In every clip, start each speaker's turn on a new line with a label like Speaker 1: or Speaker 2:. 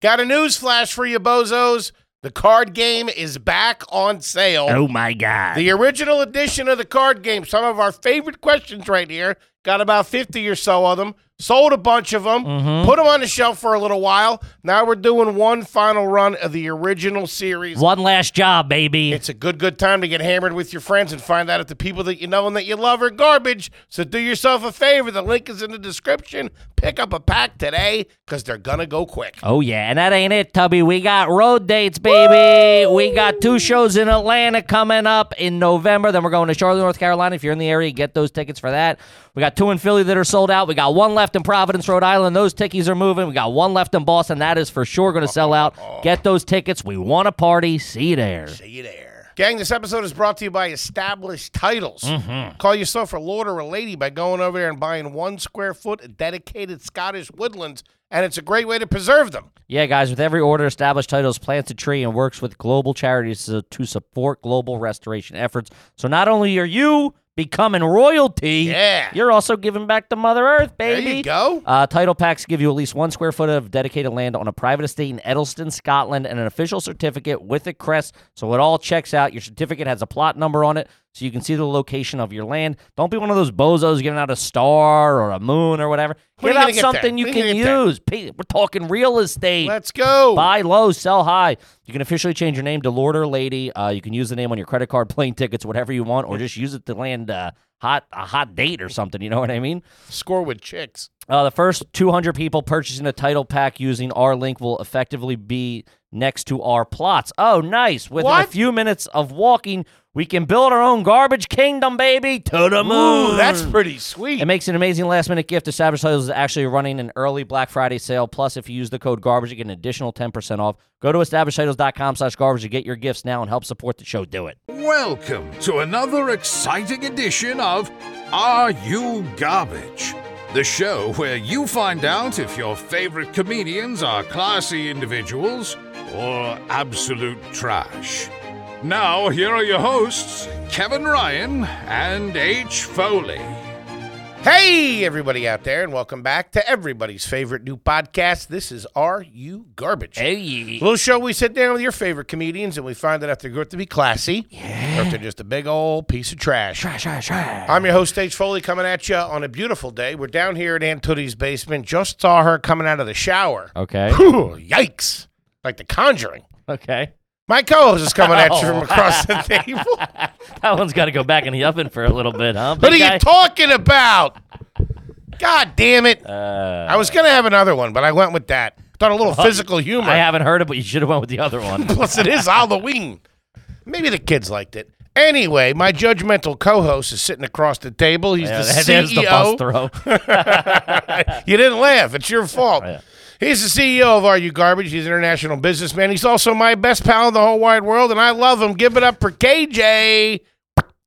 Speaker 1: Got a news flash for you, bozos. The card game is back on sale.
Speaker 2: Oh my God.
Speaker 1: The original edition of the card game, some of our favorite questions right here, got about 50 or so of them, sold a bunch of them, put them on the shelf for a little while. Now we're doing one final run of the original series.
Speaker 2: One last job, baby.
Speaker 1: It's a good, good time to get hammered with your friends and find out if the people that you know and that you love are garbage. So do yourself a favor. The link is in the description. Pick up a pack today because they're going to go quick.
Speaker 2: Oh yeah, and that ain't it, Tubby. We got road dates, baby. We got two shows in Atlanta coming up in November. Then we're going to Charlotte, North Carolina. If you're in the area, get those tickets for that. We got two in Philly that are sold out. We got one left in Providence, Rhode Island. Those tickies are moving. We got one left in Boston. That is for sure going to sell out.
Speaker 1: Oh.
Speaker 2: Get those tickets. We want a party. See you there.
Speaker 1: See you there. Gang, this episode is brought to you by Established Titles. Call yourself a lord or a lady by going over there and buying one square foot of dedicated Scottish woodlands, and it's a great way to preserve them.
Speaker 2: Yeah, guys, with every order, Established Titles plants a tree and works with global charities to, to support global restoration efforts. So not only are you becoming royalty,
Speaker 1: Yeah.
Speaker 2: you're also giving back to Mother Earth,
Speaker 1: There
Speaker 2: baby.
Speaker 1: you go.
Speaker 2: Uh, title packs give you at least one square foot of dedicated land on a private estate in Edelston, Scotland, and an official certificate with a crest. So it all checks out. Your certificate has a plot number on it, so you can see the location of your land. Don't be one of those bozos giving out a star or a moon or whatever.
Speaker 1: When are
Speaker 2: Give
Speaker 1: you gonna
Speaker 2: out
Speaker 1: get there?
Speaker 2: something you
Speaker 1: When are you
Speaker 2: can
Speaker 1: gonna get there?
Speaker 2: use. Pe- We're talking real estate.
Speaker 1: Let's go.
Speaker 2: Buy low, sell high. You can officially change your name to Lord or Lady. Uh, you can use the name on your credit card, plane tickets, whatever you want, or just use it to land uh, hot a hot date or something. You know what I mean?
Speaker 1: Score with chicks.
Speaker 2: Uh, the first 200 people purchasing a title pack using our link will effectively be next to our plots. Oh, nice. Within a
Speaker 1: What?
Speaker 2: few minutes of walking, we can build our own garbage kingdom, baby, to the moon.
Speaker 1: Ooh, that's pretty sweet.
Speaker 2: It makes an amazing last minute gift. Established Titles is actually running an early Black Friday sale. Plus, if you use the code garbage, you get an additional 10% off. Go to establishedtitles.com slash garbage to get your gifts now and help support the show. Do it.
Speaker 3: Welcome to another exciting edition of Are You Garbage? The show where you find out if your favorite comedians are classy individuals or absolute trash. Now, here are your hosts, Kevin Ryan and H. Foley.
Speaker 1: Hey, everybody out there, and welcome back to everybody's favorite new podcast. This is Are You Garbage?
Speaker 2: Hey.
Speaker 1: Little show we sit down with your favorite comedians and we find out if they're good to be classy or if they're just a big old piece of trash.
Speaker 2: Trash, trash, trash.
Speaker 1: I'm your host, Stage Foley, coming at you on a beautiful day. We're down here at Aunt Tootie's basement. Just saw her coming out of the shower.
Speaker 2: Okay.
Speaker 1: Whew, yikes. Like the conjuring.
Speaker 2: Okay.
Speaker 1: My co host is coming at you
Speaker 2: Oh.
Speaker 1: from across the table.
Speaker 2: That one's got to go back in the oven for a little bit, huh?
Speaker 1: What are
Speaker 2: big guy?
Speaker 1: you talking about? God damn it.
Speaker 2: Uh.
Speaker 1: I was going to have another one, but I went with that. Thought a little physical humor.
Speaker 2: I haven't heard it, but you should have went with the other one.
Speaker 1: Plus, it is Halloween. Maybe the kids liked it. Anyway, my judgmental co-host is sitting across the table. He's the
Speaker 2: Yeah,
Speaker 1: E
Speaker 2: that-
Speaker 1: CEO.
Speaker 2: there's the bus throw.
Speaker 1: you didn't laugh. It's your fault.
Speaker 2: Yeah.
Speaker 1: He's the CEO of Are You Garbage. He's an international businessman. He's also my best pal in the whole wide world, and I love him. Give it up for KJ,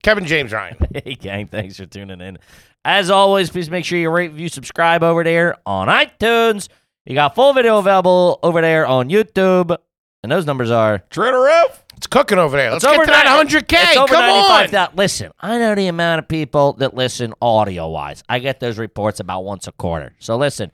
Speaker 1: Kevin James Ryan.
Speaker 2: hey, gang, thanks for tuning in. As always, please make sure you rate, review, subscribe over there on iTunes. You got full video available over there on YouTube. And those numbers are
Speaker 1: It's cooking over there. Let's
Speaker 2: It's
Speaker 1: get
Speaker 2: over
Speaker 1: to that
Speaker 2: 90
Speaker 1: 100K.
Speaker 2: It's over
Speaker 1: Come
Speaker 2: 95
Speaker 1: on.
Speaker 2: thou- Listen, I know the amount of people that listen audio wise. I get those reports about once a quarter. So listen,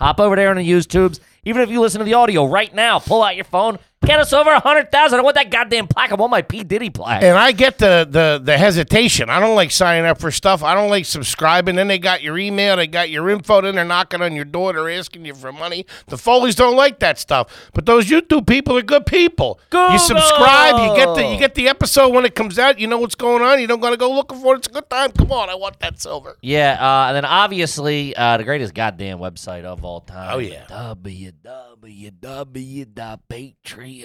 Speaker 2: hop over there on the YouTubes. Even if you listen to the audio right now, pull out your phone. Get us over 100,000. I want that goddamn plaque. I want my P. Diddy plaque.
Speaker 1: And I get the, the the hesitation. I don't like signing up for stuff. I don't like subscribing. Then they got your email, they got your info, then they're knocking on your door, they're asking you for money. The Foleys don't like that stuff. But those YouTube people are good people. You subscribe, you get the you get the episode when it comes out, you know what's going on, you don't gotta go looking for it. It's a good time. Come on, I want that silver.
Speaker 2: Yeah, uh, and then obviously uh, the greatest goddamn website of all time.
Speaker 1: Oh, yeah.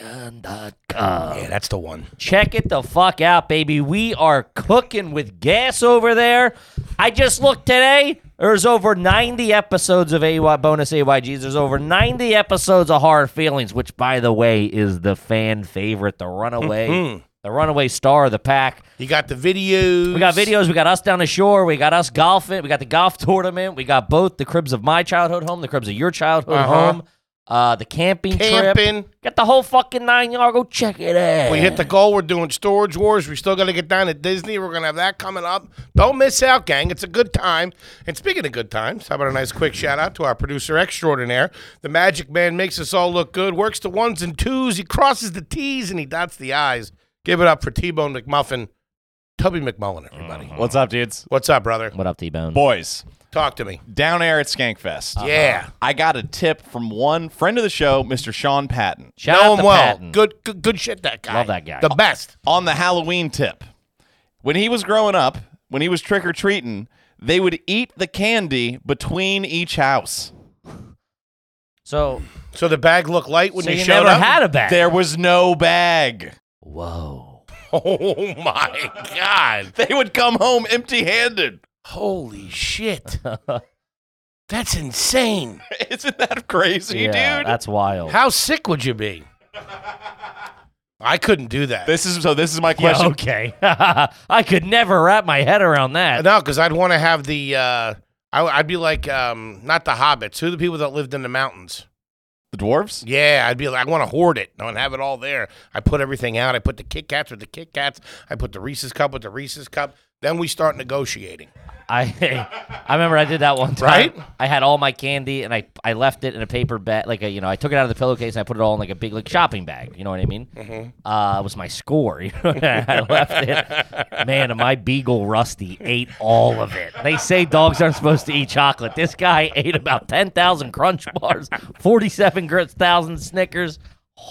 Speaker 2: www.patreon.com.
Speaker 1: Yeah, that's the one.
Speaker 2: Check it the fuck out, baby. We are cooking with gas over there. I just looked today. There's over 90 episodes of AY bonus AYGs. There's over 90 episodes of Hard Feelings, which, by the way, is the fan favorite, the runaway,
Speaker 1: Mm-hmm.
Speaker 2: the runaway star of the pack.
Speaker 1: You got the videos.
Speaker 2: We got videos. We got us down the shore. We got us golfing. We got the golf tournament. We got both the cribs of my childhood home, the cribs of your childhood home. uh, the camping,
Speaker 1: Uh-huh. Camping.
Speaker 2: trip. Get the whole fucking nine yard. Go check it out.
Speaker 1: We hit the goal. We're doing Storage Wars. We still got to get down to Disney. We're going to have that coming up. Don't miss out, gang. It's a good time. And speaking of good times, how about a nice quick shout out to our producer extraordinaire? The magic man makes us all look good, works the ones and twos, he crosses the T's, and he dots the I's. Give it up for T Bone McMuffin, Tubby McMullen, everybody.
Speaker 2: Mm-hmm.
Speaker 4: What's up, dudes?
Speaker 1: What's up, brother?
Speaker 2: What up, T Bone?
Speaker 4: Boys,
Speaker 1: Talk to me.
Speaker 4: down air at Skankfest.
Speaker 2: Uh-huh.
Speaker 1: Yeah.
Speaker 4: I got a tip from one friend of the show, Mr. Sean Patton,
Speaker 2: Shout
Speaker 1: know
Speaker 2: out
Speaker 1: him
Speaker 2: to
Speaker 1: well.
Speaker 2: Patton.
Speaker 1: Good, good, good shit. That guy.
Speaker 2: Love that guy.
Speaker 1: The best.
Speaker 4: on the Halloween tip. When he was growing up, when he was trick or treating, they would eat the candy between each house.
Speaker 2: So,
Speaker 1: So the bag looked light when
Speaker 2: so
Speaker 1: you,
Speaker 2: you,
Speaker 1: showed
Speaker 2: never
Speaker 1: up.
Speaker 2: had a bag.
Speaker 4: There was no bag.
Speaker 2: Whoa.
Speaker 1: oh my god!
Speaker 4: They would come home empty handed.
Speaker 1: Holy shit! That's insane.
Speaker 4: Isn't that crazy,
Speaker 2: yeah,
Speaker 4: dude?
Speaker 2: that's wild.
Speaker 1: How sick would you be? I couldn't do that.
Speaker 4: This is so. This is my
Speaker 2: Yeah,
Speaker 4: question.
Speaker 2: okay. I could never wrap my head around that.
Speaker 1: no, because I'd want to have the. Uh, I, would be like, um, not the hobbits. Who are the people that lived in the mountains?
Speaker 4: The dwarves.
Speaker 1: Yeah, I'd be like, I want to hoard it. I want to have it all there. I put everything out. I put the Kit Kats with the Kit Kats. I put the Reese's cup with the Reese's cup. Then we start negotiating.
Speaker 2: I I remember I did that one time.
Speaker 1: Right?
Speaker 2: I had all my candy and I I left it in a paper bag, like a you know I took it out of the pillowcase and I put it all in like a big like shopping bag. You know what I mean? Mm-hmm. Uh, it was my score. You know, I left it. Man, and my beagle Rusty ate all of it. They say dogs aren't supposed to eat chocolate. This guy ate about ten thousand Crunch bars, forty-seven thousand Snickers.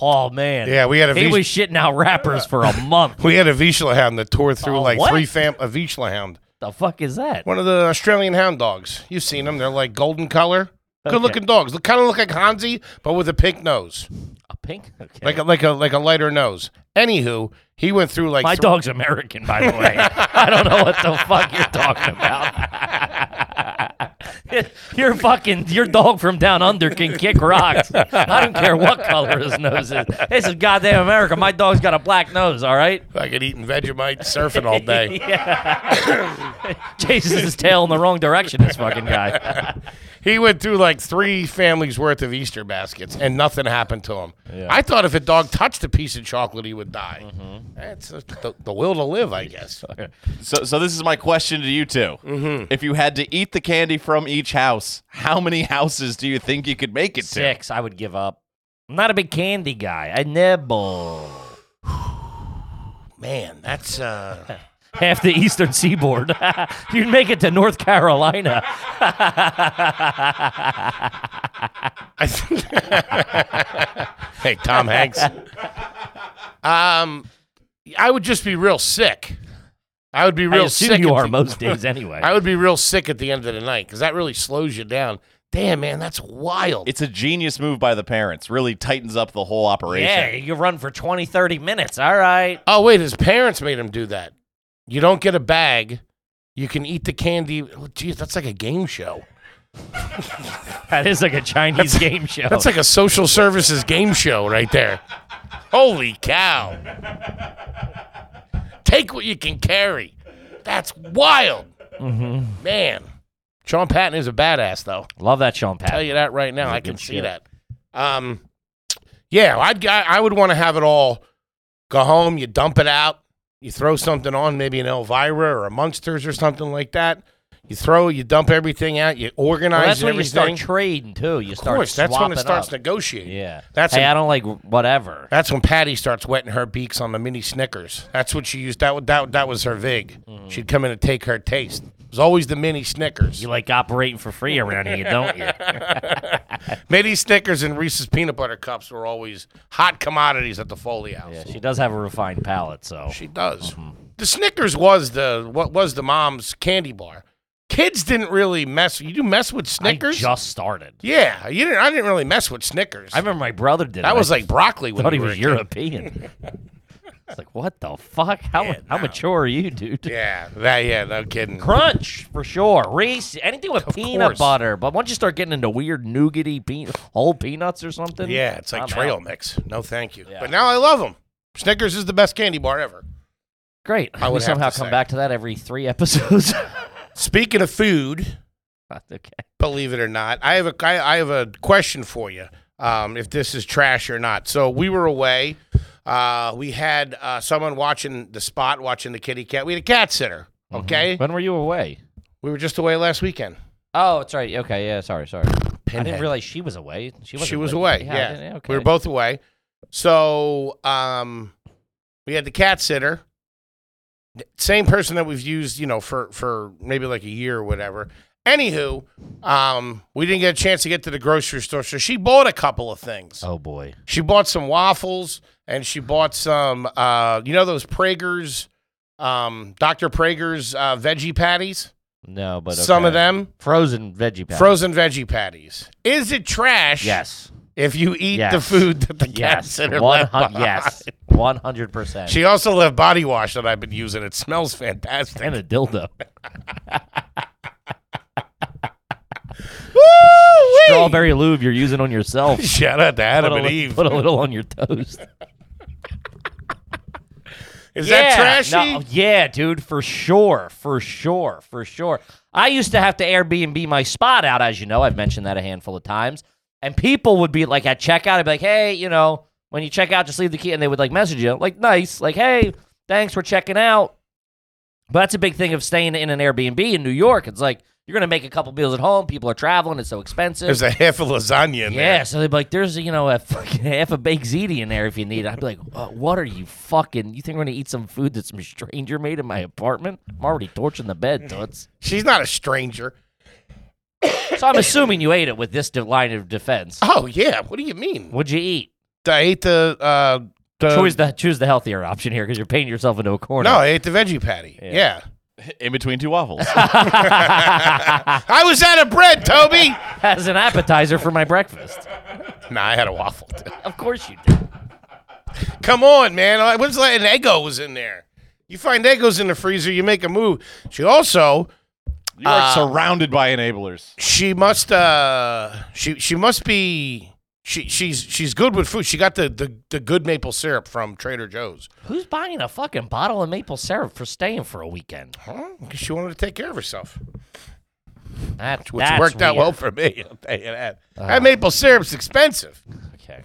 Speaker 2: Oh man!
Speaker 1: Yeah, we had a
Speaker 2: he
Speaker 1: vis-
Speaker 2: was shitting out rappers for a month.
Speaker 1: We had a Vizsla hound that tore through
Speaker 2: A
Speaker 1: like
Speaker 2: what?
Speaker 1: three fam a Vizsla hound.
Speaker 2: the fuck is that?
Speaker 1: One of the Australian hound dogs. You've seen them. They're like golden color. Good looking dogs. Look kind of look like Hansi, but with a pink nose.
Speaker 2: A pink? Okay.
Speaker 1: Like a like a like a lighter nose. Anywho, he went through like
Speaker 2: My
Speaker 1: thr-
Speaker 2: dog's American, by the way. I don't know what the fuck you're talking about. your fucking your dog from down under can kick rocks. I don't care what color his nose is. This is goddamn America. My dog's got a black nose. All right.
Speaker 1: fucking eating Vegemite, surfing all day.
Speaker 2: Chases his tail in the wrong direction. This fucking guy.
Speaker 1: He went through like three families worth of Easter baskets, and nothing happened to him. I thought if a dog touched a piece of chocolate, he would die. That's uh, the, the will to live, I guess.
Speaker 4: So, so this is my question to you 2 Mm-hmm. If you had to eat the candy from each house, how many houses do you think you could make it
Speaker 2: Six. I would give up. I'm not a big candy guy. I nibble.
Speaker 1: Man, that's uh,
Speaker 2: half the eastern seaboard. You'd make it to North Carolina.
Speaker 1: I think. hey, Tom Hanks. Um, I would just be real sick. I would be
Speaker 2: I
Speaker 1: real sick.
Speaker 2: assume you
Speaker 1: at
Speaker 2: are
Speaker 1: the-
Speaker 2: most days anyway.
Speaker 1: I would be real sick at the end of the night because that really slows you down. Damn, man, that's wild.
Speaker 4: to? It's a genius move by the parents. Really tightens up the whole operation.
Speaker 2: yeah, you run for 20, 30 minutes. All right.
Speaker 1: oh wait, his parents made him do that. You don't get a bag. You can eat the candy. Oh, geez, that's like a game show.
Speaker 2: That is like a Chinese game show.
Speaker 1: That's like a social services game show right there. Holy cow! Take what you can carry. That's wild,
Speaker 2: Mm-hmm.
Speaker 1: man. Sean Patton is a badass, though.
Speaker 2: Love that Sean
Speaker 1: tell
Speaker 2: Patton.
Speaker 1: you that right now. I
Speaker 2: good
Speaker 1: can see
Speaker 2: shit.
Speaker 1: that. Um, yeah, I'd I, I would want to have it all. Go home, you dump it out, you throw something on, maybe an Elvira or a Munsters or something like that. You throw, you dump everything out, you organize
Speaker 2: Well, that's when you
Speaker 1: everything.
Speaker 2: start trading too. You
Speaker 1: of
Speaker 2: start
Speaker 1: course, that's when it
Speaker 2: swapping
Speaker 1: starts
Speaker 2: up.
Speaker 1: negotiating.
Speaker 2: yeah.
Speaker 1: That's
Speaker 2: hey,
Speaker 1: a-
Speaker 2: I I don't like whatever.
Speaker 1: That's when Patty starts wetting her beaks on the mini Snickers. That's what she used. That wa- that that was her vig. She'd come in and take her taste. It was always the mini Snickers.
Speaker 2: Mm-hmm. You like operating for free around here, don't you?
Speaker 1: Mini Snickers and Reese's peanut butter cups were always hot commodities at the Foley House.
Speaker 2: Yeah, mm-hmm. she does have a refined palate, so
Speaker 1: She does. The Snickers was the what was the mom's candy bar. Kids didn't really mess. You do mess with Snickers?
Speaker 2: I just started.
Speaker 1: yeah, you didn't. I didn't really mess with Snickers.
Speaker 2: I remember my brother did.
Speaker 1: that
Speaker 2: it.
Speaker 1: was like broccoli when
Speaker 2: thought
Speaker 1: you
Speaker 2: he
Speaker 1: were
Speaker 2: was
Speaker 1: a kid.
Speaker 2: European. it's like, what the fuck? How, how mature are you, dude?
Speaker 1: Yeah, that, yeah, no kidding.
Speaker 2: Crunch for sure. Reese, anything with peanut
Speaker 1: course.
Speaker 2: butter. But once you start getting into weird nougaty peanut, whole peanuts or something,
Speaker 1: yeah, it's like
Speaker 2: I'm
Speaker 1: trail
Speaker 2: out.
Speaker 1: mix. No, thank you.
Speaker 2: Yeah.
Speaker 1: But now I love them. Snickers is the best candy bar ever.
Speaker 2: Great.
Speaker 1: I
Speaker 2: we
Speaker 1: would have
Speaker 2: somehow
Speaker 1: to
Speaker 2: come
Speaker 1: say.
Speaker 2: back to that every three episodes.
Speaker 1: Speaking of food,
Speaker 2: okay.
Speaker 1: believe it or not, I have a I, I have a question for you. um, if this is trash or not. So we were away. Uh, we had uh, someone watching the spot, watching the kitty cat. We had a cat sitter.
Speaker 2: Mm-hmm.
Speaker 1: Okay,
Speaker 2: When were you away?
Speaker 1: we were just away last weekend.
Speaker 2: Oh, it's right. Okay, yeah, sorry, sorry. I didn't
Speaker 1: Pinhead.
Speaker 2: realize she was away. She was.
Speaker 1: she was away.
Speaker 2: I
Speaker 1: Yeah,
Speaker 2: didn't- okay.
Speaker 1: we were both away. So um, we had the cat sitter, Th- same person that we've used, you know, for for maybe like a year or whatever. Anywho, um, we didn't get a chance to get to the grocery store, so she bought a couple of things.
Speaker 2: Oh boy.
Speaker 1: She bought some waffles and she bought some, uh, you know, those Prager's, um, Dr. Prager's uh, veggie patties.
Speaker 2: No, but
Speaker 1: Some of
Speaker 2: okay.
Speaker 1: them
Speaker 2: frozen veggie patties.
Speaker 1: frozen veggie patties. Is it trash?
Speaker 2: Yes.
Speaker 1: if you eat the
Speaker 2: Yes.
Speaker 1: food that the cats
Speaker 2: Yes.
Speaker 1: in her
Speaker 2: One
Speaker 1: left
Speaker 2: hundred.
Speaker 1: behind.
Speaker 2: Yes. One hundred percent.
Speaker 1: She also left body wash that I've been using. It smells fantastic.
Speaker 2: And a dildo.
Speaker 1: Woo-wee!
Speaker 2: Strawberry lube you're using on yourself.
Speaker 1: Shout out to
Speaker 2: Put
Speaker 1: Adam
Speaker 2: a,
Speaker 1: and
Speaker 2: li-
Speaker 1: Eve.
Speaker 2: put a little on your toast.
Speaker 1: Is
Speaker 2: Yeah,
Speaker 1: that trashy?
Speaker 2: no, yeah, dude, for sure, for sure, for sure. I used to have to Airbnb my spot out, as you know. I've mentioned that a handful of times, and people would be like at checkout, I'd be like, "Hey, you know, when you check out, just leave the key," and they would like message you, like, "Nice, like, hey, thanks for checking out." But that's a big thing of staying in an Airbnb in New York. It's like you're gonna make a couple meals at home. People are traveling; it's so expensive.
Speaker 1: There's a half a lasagna in
Speaker 2: Yeah, so they'd be like, "There's you know a fucking half a baked ziti in there if you need it." I'd be like, uh, "What are you fucking? You think we're gonna eat some food that some stranger made in my apartment? I'm already torching the bed, toots."
Speaker 1: there. She's not a stranger.
Speaker 2: so I'm assuming you ate it with this de- line of defense.
Speaker 1: Oh yeah. What do you mean?
Speaker 2: What'd you eat?
Speaker 1: I ate the uh, the
Speaker 2: choose the choose the healthier option here because you're painting yourself into a corner.
Speaker 1: no. I ate the veggie patty. Yeah.
Speaker 4: in between two waffles.
Speaker 1: I was out of bread, Toby.
Speaker 2: as an appetizer for my breakfast.
Speaker 1: nah, I had a waffle. Too.
Speaker 2: Of course you did.
Speaker 1: Come on, man. I- When's the last- an Eggo was in there? You find Eggos in the freezer, you make a move. She also
Speaker 4: You are
Speaker 1: Uh,
Speaker 4: surrounded by enablers.
Speaker 1: she must uh she she must be she she's she's good with food. She got the the, the good maple syrup from Trader Joe's.
Speaker 2: Who's buying a fucking bottle of maple syrup for staying for a weekend?
Speaker 1: Huh? 'Cause She wanted to take care of herself,
Speaker 2: That,
Speaker 1: which
Speaker 2: that's Uh.
Speaker 1: worked out
Speaker 2: weird.
Speaker 1: well for me. I'll tell you that. that maple syrup's expensive.
Speaker 2: Okay.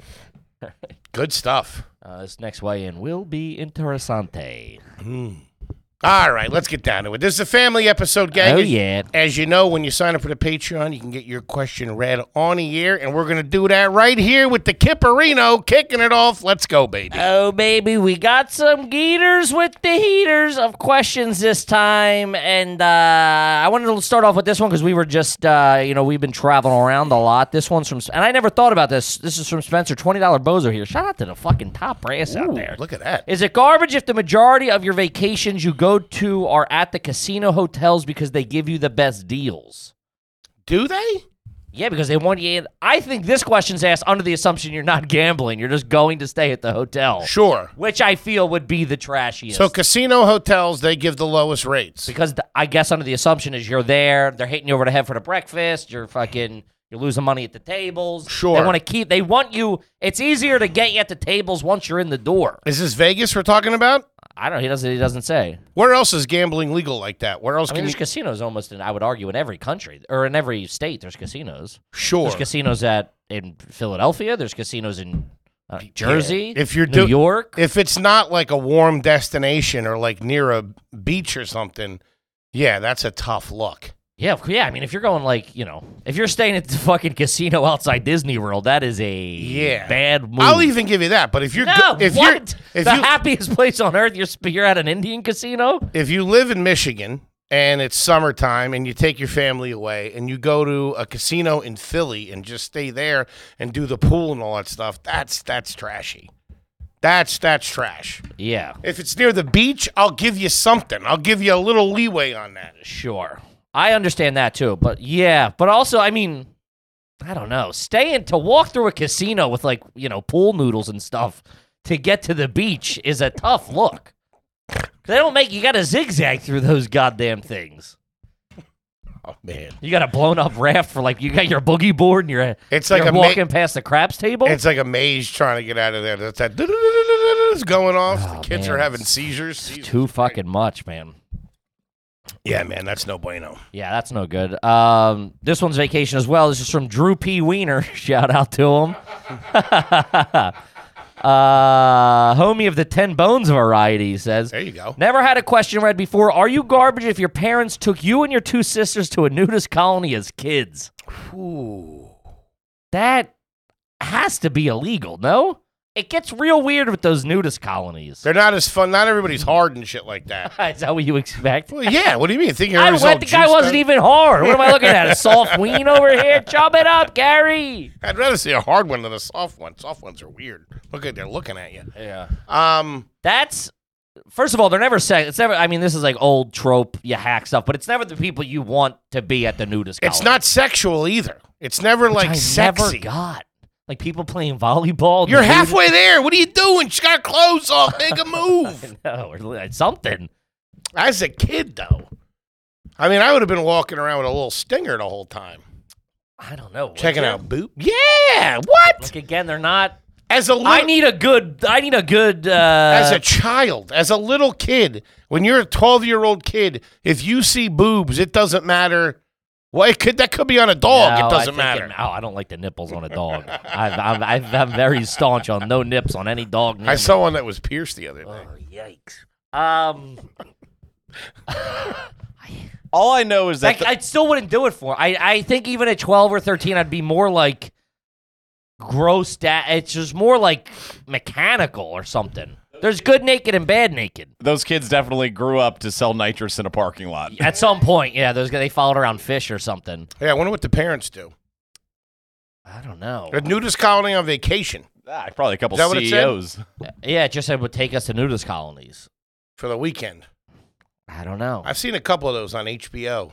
Speaker 1: Good stuff.
Speaker 2: Uh, this next weigh-in will be interessante.
Speaker 1: All right, let's get down to it. This is a family episode, gang.
Speaker 2: Oh,
Speaker 1: As-
Speaker 2: yeah.
Speaker 1: As you know, when you sign up for the Patreon, you can get your question read on the air, and we're gonna do that right here with the Kipperino kicking it off. Let's go, baby.
Speaker 2: Oh, baby, we got some geeters with the heaters of questions this time. And uh, I wanted to start off with this one because we were just, uh, you know, we've been traveling around a lot. This one's from, and I never thought about this. This is from Spencer, $20 Bozo here. Shout out to the fucking top brass out
Speaker 1: Ooh,
Speaker 2: there.
Speaker 1: look at that.
Speaker 2: Is it garbage if the majority of your vacations you go to are at the casino hotels because they give you the best deals?
Speaker 1: Do they?
Speaker 2: Yeah, because they want you in. I think this question's asked under the assumption you're not gambling. You're just going to stay at the hotel,
Speaker 1: Sure.
Speaker 2: which I feel would be the trashiest.
Speaker 1: So casino hotels, they give the lowest rates.
Speaker 2: because th- I guess under the assumption is you're there, they're hitting you over the head for the breakfast, you're fucking, you're losing money at the tables.
Speaker 1: Sure.
Speaker 2: They want to keep, they want you, it's easier to get you at the tables once you're in the door.
Speaker 1: Is this Vegas we're talking about?
Speaker 2: I don't, he doesn't, he doesn't say.
Speaker 1: Where else is gambling legal like that? Where else
Speaker 2: I mean,
Speaker 1: can
Speaker 2: there's
Speaker 1: you?
Speaker 2: casinos almost in, I would argue, in every country or in every state, there's casinos.
Speaker 1: Sure.
Speaker 2: There's casinos at in Philadelphia. There's casinos in uh, Jersey.
Speaker 1: If you're
Speaker 2: New
Speaker 1: do-
Speaker 2: York,
Speaker 1: If it's not like a warm destination or like near a beach or something, yeah, that's a tough look.
Speaker 2: yeah, of cou- yeah. I mean, if you're going like you know, if you're staying at the fucking casino outside Disney World, that is a
Speaker 1: Yeah.
Speaker 2: bad move.
Speaker 1: I'll even give you that. But if you're
Speaker 2: no,
Speaker 1: go- if
Speaker 2: what?
Speaker 1: you're if
Speaker 2: the
Speaker 1: you
Speaker 2: happiest place on earth. You're sp- you're at an Indian casino.
Speaker 1: if you live in Michigan and it's summertime and you take your family away and you go to a casino in Philly and just stay there and do the pool and all that stuff, that's that's trashy. That's that's trash.
Speaker 2: Yeah,
Speaker 1: If it's near the beach, I'll give you something. I'll give you a little leeway on that.
Speaker 2: sure. I understand that too, but yeah, but also, I mean, I don't know. Staying to walk through a casino with like you know pool noodles and stuff to get to the beach is a tough look. They don't make you got to zigzag through those goddamn things.
Speaker 1: Oh man,
Speaker 2: You got a blown up raft for like you got your boogie board and you're uh,
Speaker 1: It's like
Speaker 2: you're
Speaker 1: a ma-
Speaker 2: walking past the craps table.
Speaker 1: it's like a maze trying to get out of there. That's that is going off.
Speaker 2: Oh,
Speaker 1: the kids
Speaker 2: man.
Speaker 1: are having seizures.
Speaker 2: It's too fucking much, man.
Speaker 1: Yeah, man, that's no bueno.
Speaker 2: Yeah, that's no good. Um, this one's vacation as well. This is from Drew P. Wiener. Shout out to him. uh, homie of the Ten Bones variety he says.
Speaker 1: There you go.
Speaker 2: Never had a question read before. Are you garbage if your parents took you and your two sisters to a nudist colony as kids?
Speaker 1: Ooh.
Speaker 2: That has to be illegal, no? It gets real weird with those nudist colonies.
Speaker 1: They're not as fun. Not everybody's hard and shit like that.
Speaker 2: Is that what you expect?
Speaker 1: Well, yeah. What do you mean? Think
Speaker 2: I
Speaker 1: everybody's all
Speaker 2: went. The guy
Speaker 1: juiced
Speaker 2: wasn't
Speaker 1: up?
Speaker 2: even hard. What am I looking at? A soft ween over here? Chop it up, Gary.
Speaker 1: I'd rather see a hard one than a soft one. Soft ones are weird. Look at they're looking at you.
Speaker 2: Yeah.
Speaker 1: Um,
Speaker 2: That's first of all, they're never sex. It's never. I mean, this is like old trope, you hack stuff, but it's never the people you want to be at the nudist.
Speaker 1: it's
Speaker 2: colony,
Speaker 1: not sexual either. It's never
Speaker 2: which
Speaker 1: like
Speaker 2: I
Speaker 1: sexy.
Speaker 2: Never got like people playing volleyball.
Speaker 1: You're
Speaker 2: nude-
Speaker 1: halfway there. What are you doing? She got her clothes off. Make a move.
Speaker 2: No, or li- something.
Speaker 1: As a kid, though, I mean, I would have been walking around with a little stinger the whole time,
Speaker 2: I don't know.
Speaker 1: checking
Speaker 2: Like,
Speaker 1: out boot. Yeah. What?
Speaker 2: Like again, they're not.
Speaker 1: As a little,
Speaker 2: I need a good. I need a good. Uh,
Speaker 1: as a child, as a little kid, when you're a 12 year old kid, if you see boobs, it doesn't matter. Well, it could that could be on a
Speaker 2: No,
Speaker 1: dog.
Speaker 2: I
Speaker 1: it doesn't
Speaker 2: think
Speaker 1: matter.
Speaker 2: oh, I don't like the nipples on a dog. I, I'm, I, I'm very staunch on no nips on any dog.
Speaker 1: I
Speaker 2: Name.
Speaker 1: saw one that was pierced the other day.
Speaker 2: Oh, yikes. Um,
Speaker 4: All I know is
Speaker 2: I,
Speaker 4: that the-
Speaker 2: I still wouldn't do it for. I, I think even at 12 or 13, I'd be more like gross. Da- it's just more like mechanical or something. There's good naked and bad naked.
Speaker 4: those kids definitely grew up to sell nitrous in a parking lot.
Speaker 2: At some point, yeah, there's they followed around fish or something.
Speaker 1: Yeah, I wonder what the parents do.
Speaker 2: I don't know.
Speaker 1: A nudist colony on vacation
Speaker 4: Ah, probably a couple E
Speaker 1: Is that what it said?
Speaker 4: CEOs.
Speaker 2: Yeah, it just said would take us to nudist colonies.
Speaker 1: for the weekend.
Speaker 2: I don't know.
Speaker 1: I've seen a couple of those on HBO.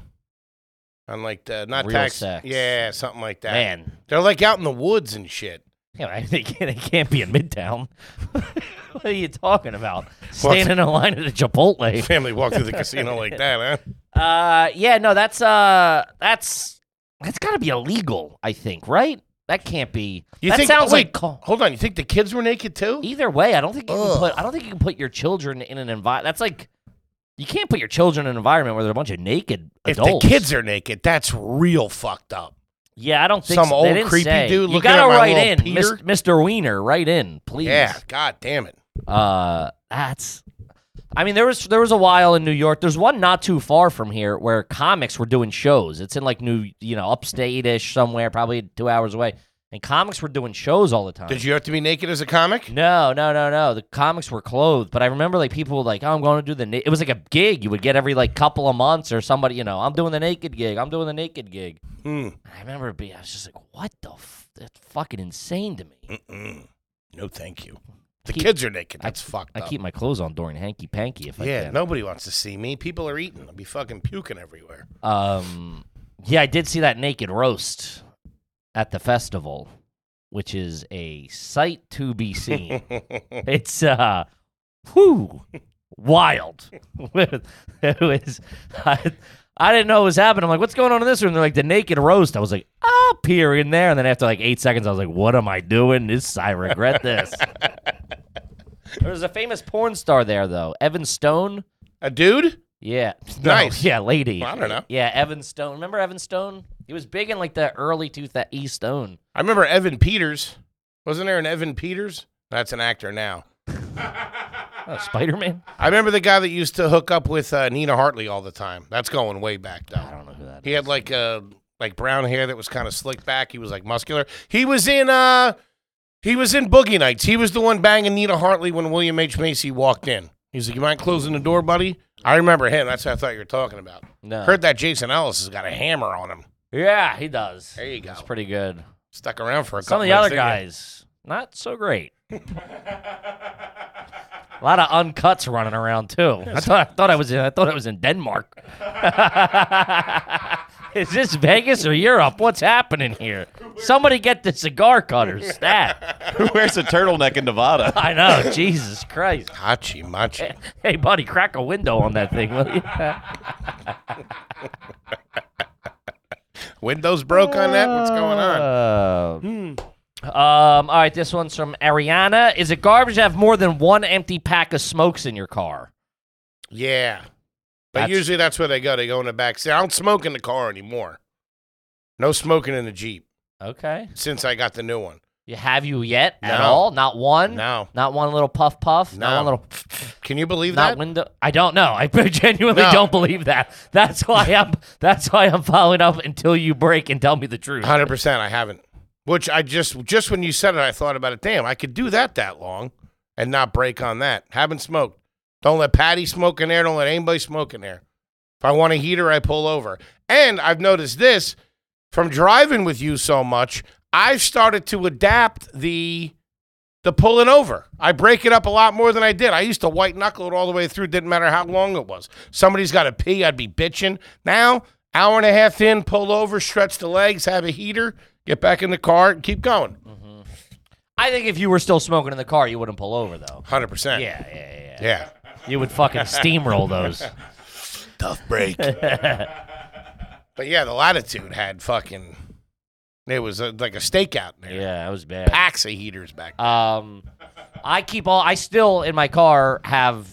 Speaker 1: On like the not
Speaker 2: Real
Speaker 1: tax,
Speaker 2: sex.
Speaker 1: yeah, something like that.
Speaker 2: Man,
Speaker 1: They're like out in the woods and shit.
Speaker 2: Yeah, I think it can't be in Midtown. what are you talking about? Standing in a line at a Chipotle.
Speaker 1: Family walk through the casino like that, huh?
Speaker 2: Uh, yeah, no, that's uh, that's that's got to be illegal. I think, right? That can't be.
Speaker 1: You
Speaker 2: that
Speaker 1: think- oh,
Speaker 2: sounds
Speaker 1: wait.
Speaker 2: like call.
Speaker 1: Hold on, you think the kids were naked too?
Speaker 2: Either way, I don't think you
Speaker 1: Ugh.
Speaker 2: can put. I don't think you can put your children in an environment. That's like you can't put your children in an environment where there are a bunch of naked
Speaker 1: If the
Speaker 2: adults.
Speaker 1: kids are naked, that's real fucked up.
Speaker 2: yeah, I don't think
Speaker 1: some
Speaker 2: so. They
Speaker 1: old
Speaker 2: didn't
Speaker 1: creepy
Speaker 2: say.
Speaker 1: dude
Speaker 2: You
Speaker 1: looking at
Speaker 2: gotta
Speaker 1: my
Speaker 2: write
Speaker 1: little
Speaker 2: in, Mis-
Speaker 1: Peter?
Speaker 2: Mr. Wiener. Write in, please.
Speaker 1: Yeah, god damn it.
Speaker 2: uh that's I mean there was there was a while in New York. There's one not too far from here where comics were doing shows. It's in like New, you know, upstate-ish somewhere, probably 2 hours away. And comics were doing shows all the time.
Speaker 1: Did you have to be naked as a comic?
Speaker 2: no, no, no, no. The comics were clothed, but I remember like people were like, "Oh, I'm going to do the." Na-. It was like a gig you would get every like couple of months or somebody, you know, I'm doing the naked gig. I'm doing the naked gig.
Speaker 1: Hmm.
Speaker 2: And I remember it being, I was just like, "What the? F- that's fucking insane to me."
Speaker 1: Mm, Mm-mm. No, thank you. The
Speaker 2: Keep-
Speaker 1: kids are naked.
Speaker 2: I-
Speaker 1: That's fucked
Speaker 2: I
Speaker 1: up.
Speaker 2: keep my clothes on during hanky panky if I
Speaker 1: uh, yeah,
Speaker 2: can.
Speaker 1: nobody wants to see me. People are eating. I'll be fucking puking everywhere.
Speaker 2: Um, yeah, I did see that naked roast at the festival, which is a sight to be seen. it's uh, whoo, wild. it was. I, I didn't know what was happening. I'm like, what's going on in this room? They're like, the naked roast. I was like, up here in there. And then after like eight seconds, I was like, what am I doing? This, I regret this. there was a famous porn star there, though. Evan Stone.
Speaker 1: A dude?
Speaker 2: Yeah.
Speaker 1: Nice.
Speaker 2: Yeah, lady.
Speaker 1: Well, I don't know.
Speaker 2: Yeah, Evan Stone. Remember Evan Stone? He was big in like the early 2000s. E Stone.
Speaker 1: I remember Evan Peters. Wasn't there an Evan Peters? That's an actor now.
Speaker 2: Oh, Spider Man?
Speaker 1: I remember the guy that used to hook up with uh, Nina Hartley all the time. That's going way back
Speaker 2: I
Speaker 1: though.
Speaker 2: don't know who that is.
Speaker 1: He had like uh like brown hair that was kind of slicked back. He was like muscular. He was in uh he was in Boogie Nights. He was the one banging Nina Hartley when William H Macy walked in. He was like, "You mind closing the door, buddy?" I remember him. That's what I thought you were talking about.
Speaker 2: No.
Speaker 1: Heard that Jason Ellis has got a hammer on him.
Speaker 2: Yeah, he does.
Speaker 1: There you go.
Speaker 2: That's pretty good.
Speaker 1: Stuck around for a couple.
Speaker 2: Some of the other
Speaker 1: minutes, didn't
Speaker 2: guys, not so great. A lot of uncuts running around too. I thought I thought I was in, I thought I was in Denmark. Is this Vegas or Europe? What's happening here? Somebody get the cigar cutters. Stat.
Speaker 4: Who wears a turtleneck in Nevada?
Speaker 2: I know. Jesus Christ.
Speaker 1: you? Hachi machi.
Speaker 2: Hey, buddy, crack a window on that thing, will you?
Speaker 1: Windows broke on that. What's going on?
Speaker 2: Uh, um, all right, this one's from Ariana. Is it garbage to have more than one empty pack of smokes in your car?
Speaker 1: Yeah. But
Speaker 2: That's-
Speaker 1: usually that's where they go. They go in the back. See, I don't smoke in the car anymore. No smoking in the Jeep
Speaker 2: Okay.
Speaker 1: since I got the new one.
Speaker 2: You have you yet at
Speaker 1: No.
Speaker 2: all? Not one.
Speaker 1: No.
Speaker 2: Not one little puff puff. Not
Speaker 1: No.
Speaker 2: one little.
Speaker 1: Can you believe
Speaker 2: Not
Speaker 1: that?
Speaker 2: window. I don't know. I genuinely
Speaker 1: No.
Speaker 2: don't believe that. That's why I'm. That's why I'm following up until you break and tell me the truth.
Speaker 1: Hundred percent. I haven't. Which I just just when you said it, I thought about it. Damn, I could do that that long and not break on that. Haven't smoked. Don't let Patty smoke in there. Don't let anybody smoke in there. If I want a heater, I pull over. And I've noticed this from driving with you so much. I've started to adapt the the pulling over. I break it up a lot more than I did. I used to white knuckle it all the way through. Didn't matter how long it was. Somebody's got to pee. I'd be bitching. Now, hour and a half in, pull over, stretch the legs, have a heater, get back in the car, and keep going.
Speaker 2: I think if you were still smoking in the car, you wouldn't pull over though.
Speaker 1: Hundred percent.
Speaker 2: Yeah, yeah, yeah. yeah.
Speaker 1: Yeah.
Speaker 2: You would fucking steamroll those.
Speaker 1: Tough break. but yeah, the latitude had fucking. It was a, like a stakeout in there.
Speaker 2: Yeah, that was bad.
Speaker 1: Packs of heaters back. there.
Speaker 2: Um, I keep all. I still in my car have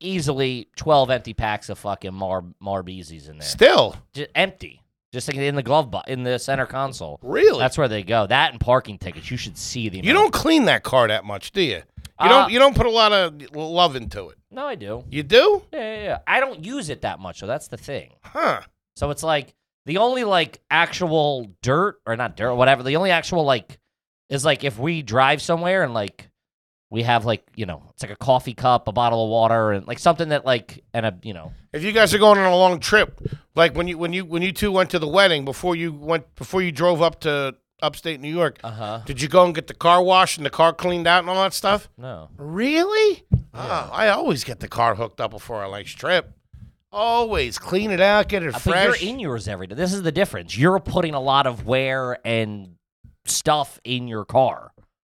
Speaker 2: easily twelve empty packs of fucking Mar Marbeesies in there.
Speaker 1: Still,
Speaker 2: Just empty. Just in the glove box, in the center console.
Speaker 1: really.
Speaker 2: That's where they go. That and parking tickets. You should see the.
Speaker 1: you
Speaker 2: amount-
Speaker 1: don't clean that car that much, do you? You
Speaker 2: Uh,
Speaker 1: don't. You don't put a lot of love into it.
Speaker 2: No, I do.
Speaker 1: You do?
Speaker 2: Yeah, yeah, yeah. I don't use it that much, so that's the thing.
Speaker 1: Huh.
Speaker 2: So it's like the only like actual dirt or not dirt, whatever. The only actual like is like if we drive somewhere and like we have like you know it's like a coffee cup, a bottle of water, and like something that like and a you know
Speaker 1: If you guys are going on a long trip, like when you when you when you two went to the wedding before you went before you drove up to upstate New York,
Speaker 2: uh huh
Speaker 1: did you go and get the car washed and the car cleaned out and all that stuff?
Speaker 2: no
Speaker 1: Really? Oh, I always get the car hooked up before a nice trip. Always clean it out, get it
Speaker 2: Uh, But
Speaker 1: fresh.
Speaker 2: you're in yours every day. This is the difference. You're putting a lot of wear and stuff in your car.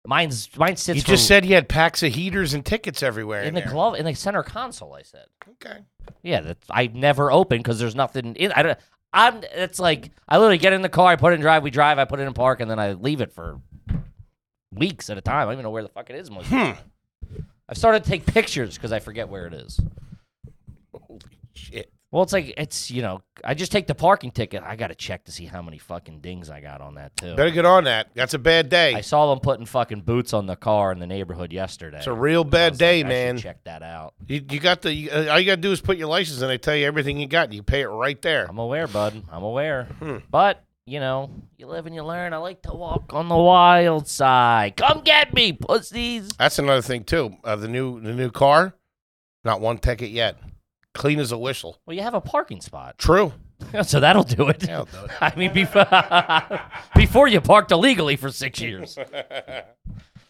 Speaker 2: Mine's mine sits
Speaker 1: you
Speaker 2: for-
Speaker 1: just said you had packs of heaters and tickets everywhere. In,
Speaker 2: in the
Speaker 1: there.
Speaker 2: glove in the center console. I said.
Speaker 1: okay.
Speaker 2: Yeah, that's I never open because there's nothing in. I don't. I'm. It's like I literally get in the car, I put it in drive, we drive, I put it in park, and then I leave it for weeks at a time. I don't even know where the fuck it is. Most
Speaker 1: Hmm.
Speaker 2: of the time. I've started to take pictures because I forget where it is.
Speaker 1: Shit.
Speaker 2: Well, it's like it's you know I just take the parking ticket. I gotta check to see how many fucking dings I got on that too.
Speaker 1: Better get on that. That's a bad day.
Speaker 2: I saw them putting fucking boots on the car in the neighborhood yesterday.
Speaker 1: it's a real bad day, man.
Speaker 2: Check that out.
Speaker 1: You, you got the. You, all you got to do is put your license, and they tell you everything you got. and You pay it right there.
Speaker 2: I'm aware, bud. I'm aware.
Speaker 1: Hmm.
Speaker 2: But, you know, you live and you learn. I like to walk on the wild side. Come get me, pussies.
Speaker 1: That's another thing too. Uh, the new the new car, not one ticket yet. Clean as a whistle.
Speaker 2: Well, you have a parking spot.
Speaker 1: True.
Speaker 2: so that'll do it.
Speaker 1: Yeah, I'll do it.
Speaker 2: I mean, before, before you parked illegally for six years.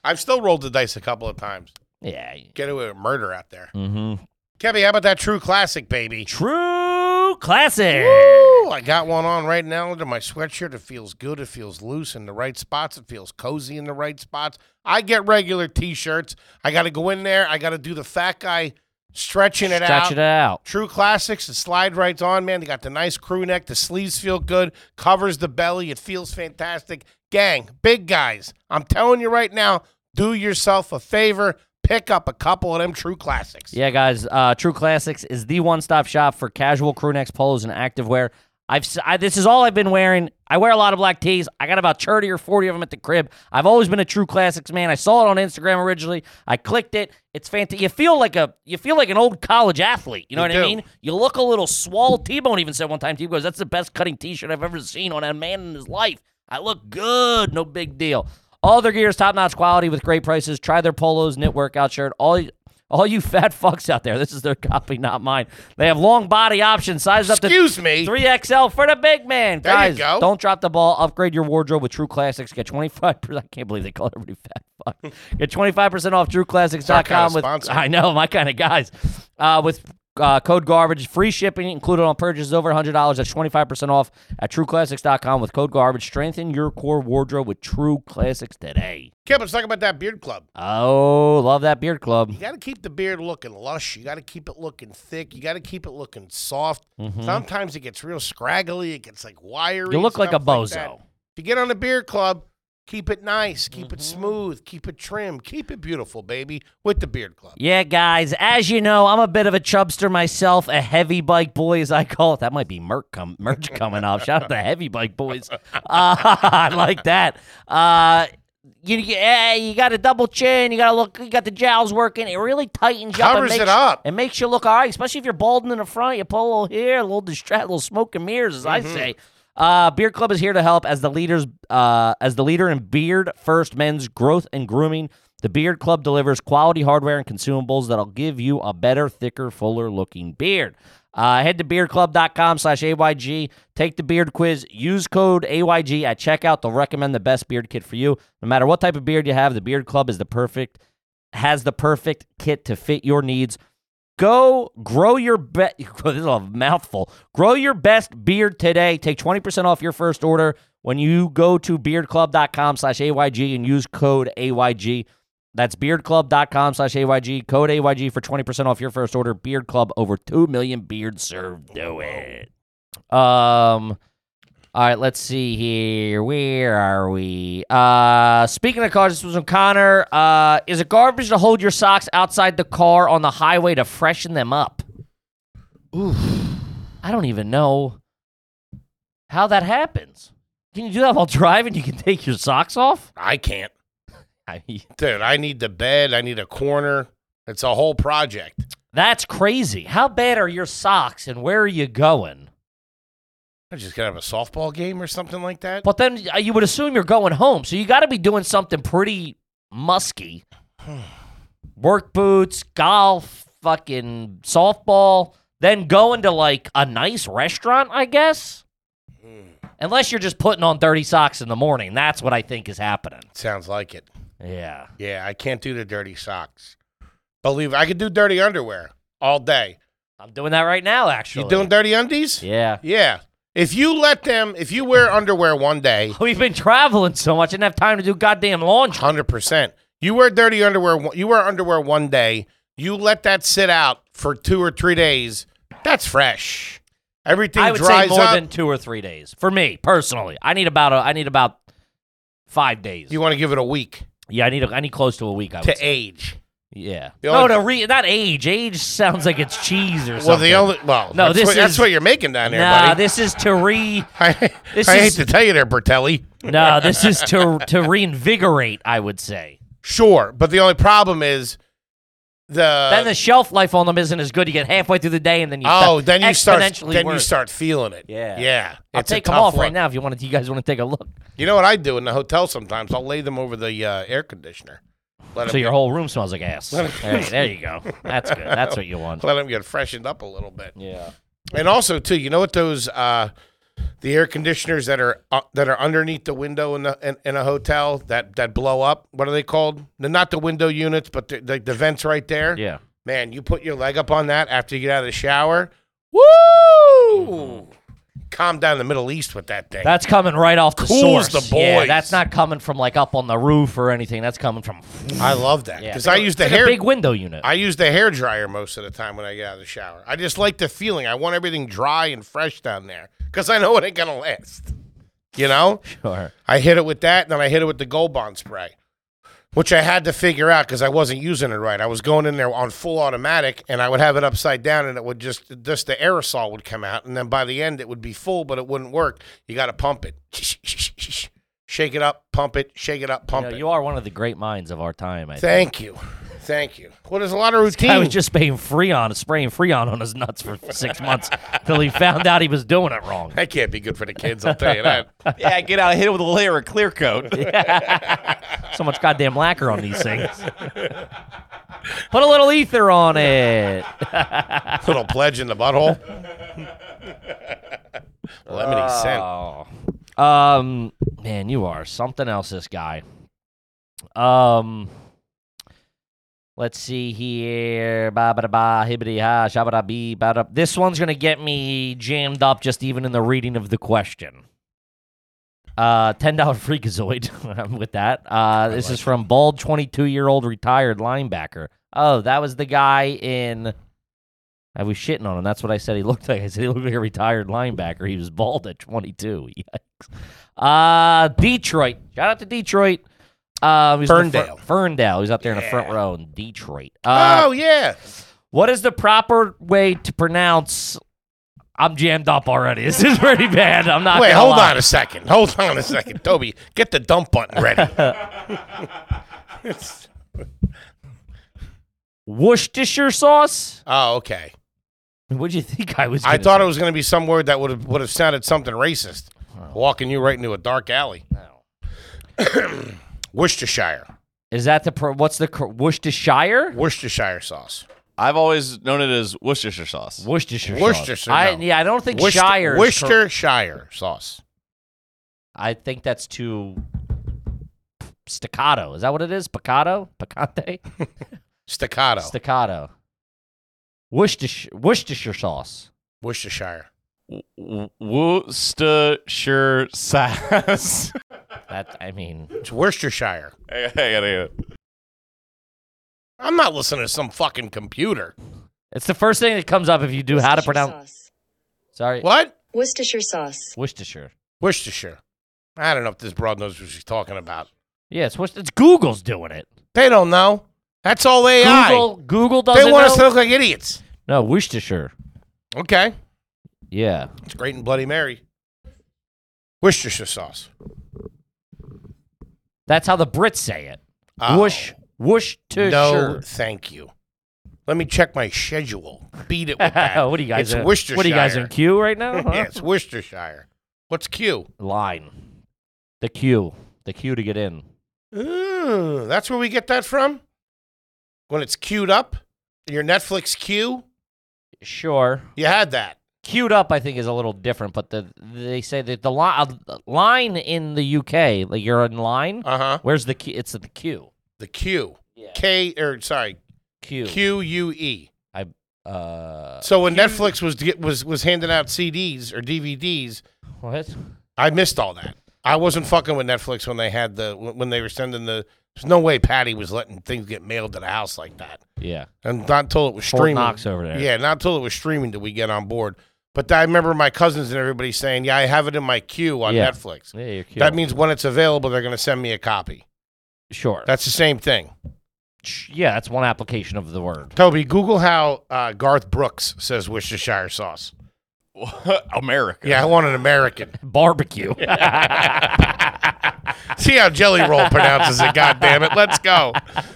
Speaker 1: I've still rolled the dice a couple of times.
Speaker 2: Yeah.
Speaker 1: Get away with murder out there.
Speaker 2: Mm-hmm.
Speaker 1: Kevy, how about that true classic, baby?
Speaker 2: True classic.
Speaker 1: Woo! I got one on right now under my sweatshirt. It feels good. It feels loose in the right spots. It feels cozy in the right spots. I get regular t-shirts. I got to go in there. I got to do the fat guy stretching it
Speaker 2: Stretch
Speaker 1: out.
Speaker 2: it out.
Speaker 1: True classics, the slide right on, man. They got the nice crew neck. The sleeves feel good, covers the belly. It feels fantastic. Gang, big guys, I'm telling you right now, do yourself a favor. Pick up a couple of them true classics.
Speaker 2: Yeah, guys. Uh, True Classics is the one-stop shop for casual crew necks, polos, and activewear. I've s- I, this is all I've been wearing. I wear a lot of black tees. I got about thirty or forty of them at the crib. I've always been a True Classics man. I saw it on Instagram originally. I clicked it. It's fantastic. You feel like a you feel like an old college athlete. You know what
Speaker 1: do.
Speaker 2: I mean? You look a little swole. T-Bone even said one time. T-Bone goes, "That's the best cutting T-shirt I've ever seen on a man in his life. I look good. No big deal." All their gear is top-notch quality with great prices. Try their polos, knit workout shirt. All all you fat fucks out there, this is their copy, not mine. They have long body options, sized up to
Speaker 1: Excuse me.
Speaker 2: 3XL for the big man.
Speaker 1: There you
Speaker 2: Guys,
Speaker 1: go.
Speaker 2: don't drop the ball. Upgrade your wardrobe with True Classics. Get 25%. I can't believe they call everybody fat fuck. Get 25% off
Speaker 1: Our kinda
Speaker 2: trueclassics.com with
Speaker 1: sponsor.
Speaker 2: I know, my kind of guys. Uh, with uh, code garbage, free shipping included on purchases over $100. That's 25% off at trueclassics.com with code garbage. Strengthen your core wardrobe with True Classics today.
Speaker 1: Kevin, let's talk about that beard club.
Speaker 2: Oh, love that beard club.
Speaker 1: You got to keep the beard looking lush. You got to keep it looking thick. You got to keep it looking soft. Sometimes it gets real scraggly. It gets like wiry.
Speaker 2: Mm-hmm. You
Speaker 1: and
Speaker 2: look like a
Speaker 1: stuff that.
Speaker 2: bozo.
Speaker 1: if you get on the beard club, Keep it nice. Keep it
Speaker 2: Mm-hmm.
Speaker 1: smooth. Keep it trim. Keep it beautiful, baby, with the Beard Club.
Speaker 2: Yeah, guys, as you know, I'm a bit of a chubster myself, a heavy bike boy, as I call it. That might be merc com- merch coming up. Shout out to heavy bike boys. Uh, I like that. Uh, you you, eh, you got a double chin. You got to look. You got the jowls working. It really tightens you up. and
Speaker 1: Covers
Speaker 2: makes-
Speaker 1: it up.
Speaker 2: It makes you look all right, especially if you're balding in the front. You pull a little here, a little distract, a little smoke and mirrors, as I say. Uh, Beard Club is here to help as the leaders, uh, as the leader in beard first men's growth and grooming. The Beard Club delivers quality hardware and consumables that'll give you a better, thicker, fuller looking beard. Uh, head to beardclub.com slash AYG. Take the beard quiz. Use code AYG at checkout. They'll recommend the best beard kit for you. No matter what type of beard you have, the Beard Club is the perfect, has the perfect kit to fit your needs. Go grow your best. This is a mouthful. Grow your best beard today. Take 20% off your first order when you go to beardclub.com slash AYG and use code AYG. That's beardclub.com slash AYG. Code AYG for 20% off your first order. Beard Club, over 2 million beards served. Do it. Um. All right, let's see here. Where are we? Uh, speaking of cars, this was from Connor. Uh, is it garbage to hold your socks outside the car on the highway to freshen them up? Oof. I don't even know how that happens. Can you do that while driving? You can take your socks off?
Speaker 1: I can't.
Speaker 2: I mean,
Speaker 1: Dude, I need the bed. I need a corner. It's a whole project.
Speaker 2: that's crazy. How bad are your socks and where are you going?
Speaker 1: I just gonna have a softball game or something like that.
Speaker 2: But then uh, you would assume you're going home, so you got to be doing something pretty musky. Work boots, golf, fucking softball, then going to like a nice restaurant, I guess.
Speaker 1: Hmm.
Speaker 2: Unless you're just putting on dirty socks in the morning, that's what I think is happening.
Speaker 1: Sounds like it.
Speaker 2: Yeah.
Speaker 1: Yeah, I can't do the dirty socks. Believe it, I could do dirty underwear all day.
Speaker 2: I'm doing that right now actually.
Speaker 1: You doing dirty undies?
Speaker 2: Yeah.
Speaker 1: Yeah. If you let them, if you wear underwear one day,
Speaker 2: We've been traveling so much, I didn't have time to do goddamn laundry.
Speaker 1: hundred percent. You wear dirty underwear. one- You wear underwear one day. You let that sit out for two or three days. That's fresh. Everything
Speaker 2: I would say
Speaker 1: dries
Speaker 2: more
Speaker 1: up.
Speaker 2: than 2 or 3 days. For me personally, I need about a, I need about 5 days.
Speaker 1: you want to give it a week
Speaker 2: Yeah, I need a, I need close to a week. I would
Speaker 1: to
Speaker 2: say.
Speaker 1: age.
Speaker 2: Yeah.
Speaker 1: The
Speaker 2: no,
Speaker 1: only-
Speaker 2: to re- not age. Age sounds like it's cheese or something.
Speaker 1: Well, the only well,
Speaker 2: No,
Speaker 1: that's
Speaker 2: this
Speaker 1: what, that's
Speaker 2: is-
Speaker 1: what you're making down there,
Speaker 2: Nah,
Speaker 1: buddy.
Speaker 2: this is to re.
Speaker 1: I,
Speaker 2: this
Speaker 1: I
Speaker 2: is-
Speaker 1: hate to tell you there, Bertelli.
Speaker 2: No, this is to to reinvigorate. I would say.
Speaker 1: Sure, but the only problem is the
Speaker 2: then the shelf life on them isn't as good. You get halfway through the day and then you.
Speaker 1: oh,
Speaker 2: fe-
Speaker 1: then you start
Speaker 2: exponentially
Speaker 1: then you
Speaker 2: worse.
Speaker 1: start feeling it.
Speaker 2: Yeah.
Speaker 1: yeah.
Speaker 2: I'll
Speaker 1: It's a
Speaker 2: take them
Speaker 1: tough
Speaker 2: off
Speaker 1: look.
Speaker 2: right now if you want to. You guys want to take a look.
Speaker 1: You know what I do in the hotel sometimes? I'll lay them over the uh, air conditioner. Let
Speaker 2: So
Speaker 1: them
Speaker 2: your whole room smells like ass. All right, there you go. That's good. That's what you want.
Speaker 1: let them get freshened up a little bit.
Speaker 2: Yeah.
Speaker 1: And also too, you know what those uh, the air conditioners that are uh, that are underneath the window in, the, in in a hotel that that blow up. What are they called? They're not the window units, but the, the, the vents right there.
Speaker 2: Yeah.
Speaker 1: Man, you put your leg up on that after you get out of the shower. Woo!
Speaker 2: Mm-hmm.
Speaker 1: Calm down the Middle East with that thing.
Speaker 2: That's coming right off the
Speaker 1: Cools
Speaker 2: source.
Speaker 1: the
Speaker 2: Yeah,
Speaker 1: boys.
Speaker 2: that's not coming from like up on the roof or anything. That's coming from
Speaker 1: I love that
Speaker 2: Yeah,
Speaker 1: because
Speaker 2: it's
Speaker 1: I
Speaker 2: like a-
Speaker 1: use
Speaker 2: it's
Speaker 1: the
Speaker 2: like
Speaker 1: hair.
Speaker 2: a big window unit.
Speaker 1: I use the hair dryer most of the time when I get out of the shower. I just like the feeling. I want everything dry and fresh down there because I know it ain't gonna last. You know,
Speaker 2: Sure.
Speaker 1: I hit it with that, and then I hit it with the Gold Bond spray, which I had to figure out because I wasn't using it right. I was going in there on full automatic, and I would have it upside down, and it would just just the aerosol would come out, and then by the end it would be full, but it wouldn't work. You got to pump it, shake it up, pump it, shake it up,
Speaker 2: You,
Speaker 1: pump
Speaker 2: know,
Speaker 1: it.
Speaker 2: you are one of the great minds of our time. I, think.
Speaker 1: Thank you, thank you. Well, there's a lot of routine.
Speaker 2: I was just spraying Freon, spraying Freon on his nuts for six months till he found out he was doing it wrong.
Speaker 1: That can't be good for the kids, I'll tell you that.
Speaker 4: yeah, get out. Hit it with a layer of clear coat.
Speaker 2: So much goddamn lacquer on these things. Put a little ether on it.
Speaker 1: Little pledge in the butthole. Lemony scent.
Speaker 2: Oh. Um, man, you are something else, this guy. Um, let's see here. Ba ba da ba, hibbity ha, shabada bee, ba da. This one's gonna get me jammed up just even in the reading of the question. Uh, ten dollar freakazoid. I'm with that. Uh, this is from bald 22 year old retired linebacker. Oh, that was the guy in I was shitting on him. That's what I said he looked like. I said he looked like a retired linebacker. He was bald at 22. Yikes. Uh, Detroit. Shout out to Detroit. Uh, he's in the fir-
Speaker 1: Ferndale.
Speaker 2: Ferndale. He's out there in the front row in Detroit. Uh,
Speaker 1: oh yeah.
Speaker 2: What is the proper way to pronounce? I'm jammed up already. This is pretty bad. I'm not.
Speaker 1: Wait,
Speaker 2: gonna
Speaker 1: hold
Speaker 2: lie.
Speaker 1: on a second. Hold on a second, Toby. Get the dump button ready.
Speaker 2: Worcestershire sauce.
Speaker 1: oh, okay.
Speaker 2: What do you think I was?
Speaker 1: I
Speaker 2: gonna
Speaker 1: thought
Speaker 2: say?
Speaker 1: it was going to be some word that would have would have sounded something racist, walking you right into a dark alley.
Speaker 2: No.
Speaker 1: Worcestershire,
Speaker 2: Is that the pro- what's the cor- Worcestershire?
Speaker 1: Worcestershire sauce.
Speaker 4: I've always known it as Worcestershire sauce.
Speaker 2: Worcestershire. sauce.
Speaker 1: Worcestershire,
Speaker 2: I,
Speaker 1: no.
Speaker 2: Yeah, I don't think
Speaker 1: Worcester-
Speaker 2: Shire. is cor-
Speaker 1: Worcestershire sauce.
Speaker 2: I think that's too staccato. Is that what it is? Picado? Picante?
Speaker 1: Staccato.
Speaker 2: Staccato. Worcestershire, Worcestershire sauce.
Speaker 1: Worcestershire.
Speaker 4: W- Worcestershire sauce.
Speaker 2: That I mean,
Speaker 1: It's Worcestershire.
Speaker 4: I gotta get it.
Speaker 1: I'm not listening to some fucking computer.
Speaker 2: it's the first thing that comes up if you do how to pronounce.
Speaker 5: Sauce.
Speaker 2: Sorry,
Speaker 1: What?
Speaker 5: Worcestershire sauce.
Speaker 2: Worcestershire.
Speaker 1: Worcestershire. I don't know if this broad knows what she's talking about.
Speaker 2: Yeah, it's Worcester- it's Google's doing it.
Speaker 1: They don't know. That's all AI.
Speaker 2: Google Google doesn't
Speaker 1: they want us
Speaker 2: know.
Speaker 1: to look like idiots.
Speaker 2: no, Worcestershire.
Speaker 1: Okay.
Speaker 2: Yeah.
Speaker 1: It's great in Bloody Mary. Worcestershire sauce.
Speaker 2: That's how the Brits say it.
Speaker 1: Oh.
Speaker 2: Whoosh, whoosh to
Speaker 1: No, thank you. Let me check my schedule. Beat it with that.
Speaker 2: what are you guys?
Speaker 1: It's
Speaker 2: in,
Speaker 1: Worcestershire.
Speaker 2: What are you guys in queue right now? Huh?
Speaker 1: yeah, it's Worcestershire. What's Q?
Speaker 2: Line, the queue, the queue to get in.
Speaker 1: Ooh, that's where we get that from? When it's queued up? Your Netflix queue?
Speaker 2: Sure.
Speaker 1: You had that.
Speaker 2: Queued up, I think, is a little different, but the they say that the li- uh, line in the UK, like you're in line.
Speaker 1: Uh huh.
Speaker 2: Where's the queue? It's the queue.
Speaker 1: The Q.
Speaker 2: Yeah.
Speaker 1: K, or sorry,
Speaker 2: Queue.
Speaker 1: Q U E.
Speaker 2: Uh,
Speaker 1: So when Netflix was was was handing out CDs or DVDs,
Speaker 2: what?
Speaker 1: I missed all that. I wasn't fucking with Netflix when they had the when they were sending the. There's no way Patty was letting things get mailed to the house like that,
Speaker 2: Yeah.
Speaker 1: and not until it was
Speaker 2: Fort
Speaker 1: streaming.
Speaker 2: Knox over there.
Speaker 1: Yeah, not until it was streaming did we get on board. But I remember my cousins and everybody saying, "Yeah, I have it in my queue on
Speaker 2: Yeah.
Speaker 1: Netflix."
Speaker 2: Yeah, you're queued.
Speaker 1: That means when it's available, they're going to send me a copy.
Speaker 2: sure.
Speaker 1: That's the same thing.
Speaker 2: yeah, that's one application of the word.
Speaker 1: Toby, Google how uh, Garth Brooks says Worcestershire sauce.
Speaker 4: America.
Speaker 1: Yeah, I want an American.
Speaker 2: Barbecue.
Speaker 1: See how Jelly Roll pronounces it. God damn it! Let's go.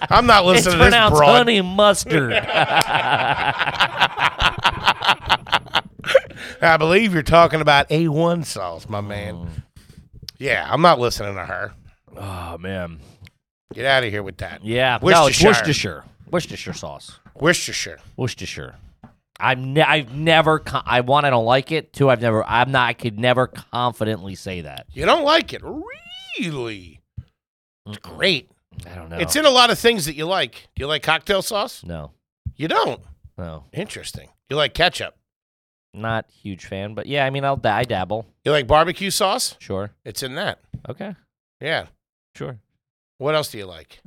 Speaker 1: I'm not
Speaker 2: it's
Speaker 1: listening to this
Speaker 2: pronounced
Speaker 1: broad.
Speaker 2: honey mustard.
Speaker 1: I believe you're talking about A1 sauce,
Speaker 2: Mm.
Speaker 1: my man. Yeah, I'm not listening to her.
Speaker 2: oh man.
Speaker 1: Get out of here with that.
Speaker 2: Yeah. No, it's
Speaker 1: Worcestershire.
Speaker 2: Worcestershire. Worcestershire sauce.
Speaker 1: Worcestershire.
Speaker 2: Worcestershire. I'm ne- I've never con- I one I don't like it two I've never I'm not I could never confidently say that
Speaker 1: You don't like it, really? It's great.
Speaker 2: I don't know
Speaker 1: It's in a lot of things that you like. Do you like cocktail sauce?
Speaker 2: no
Speaker 1: You don't.
Speaker 2: no
Speaker 1: Interesting. You like ketchup?
Speaker 2: not huge fan but yeah I mean I'll I dabble
Speaker 1: You like barbecue sauce?
Speaker 2: sure
Speaker 1: It's in that.
Speaker 2: okay
Speaker 1: Yeah.
Speaker 2: sure
Speaker 1: What else do you like?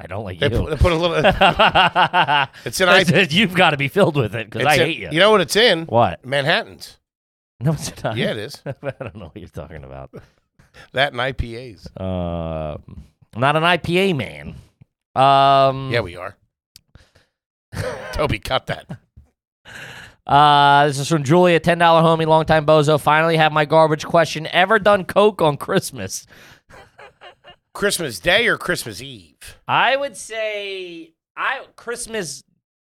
Speaker 2: I don't like
Speaker 1: They
Speaker 2: you
Speaker 1: put, they put a little. It's an
Speaker 2: I
Speaker 1: I-
Speaker 2: said, You've got to be filled with it because
Speaker 1: it's
Speaker 2: I
Speaker 1: in-
Speaker 2: hate you.
Speaker 1: You know what it's in?
Speaker 2: what?
Speaker 1: Manhattan's.
Speaker 2: No, it's not.
Speaker 1: Yeah, it is.
Speaker 2: I don't know what you're talking about.
Speaker 1: That and IPAs.
Speaker 2: Uh, not an IPA man. Um,
Speaker 1: Yeah, we are. Toby, cut that.
Speaker 2: Uh, this is from Julia, ten dollar homie, longtime bozo. Finally, have my garbage question. Ever done coke on Christmas?
Speaker 1: Christmas Day or Christmas Eve?
Speaker 2: I would say I Christmas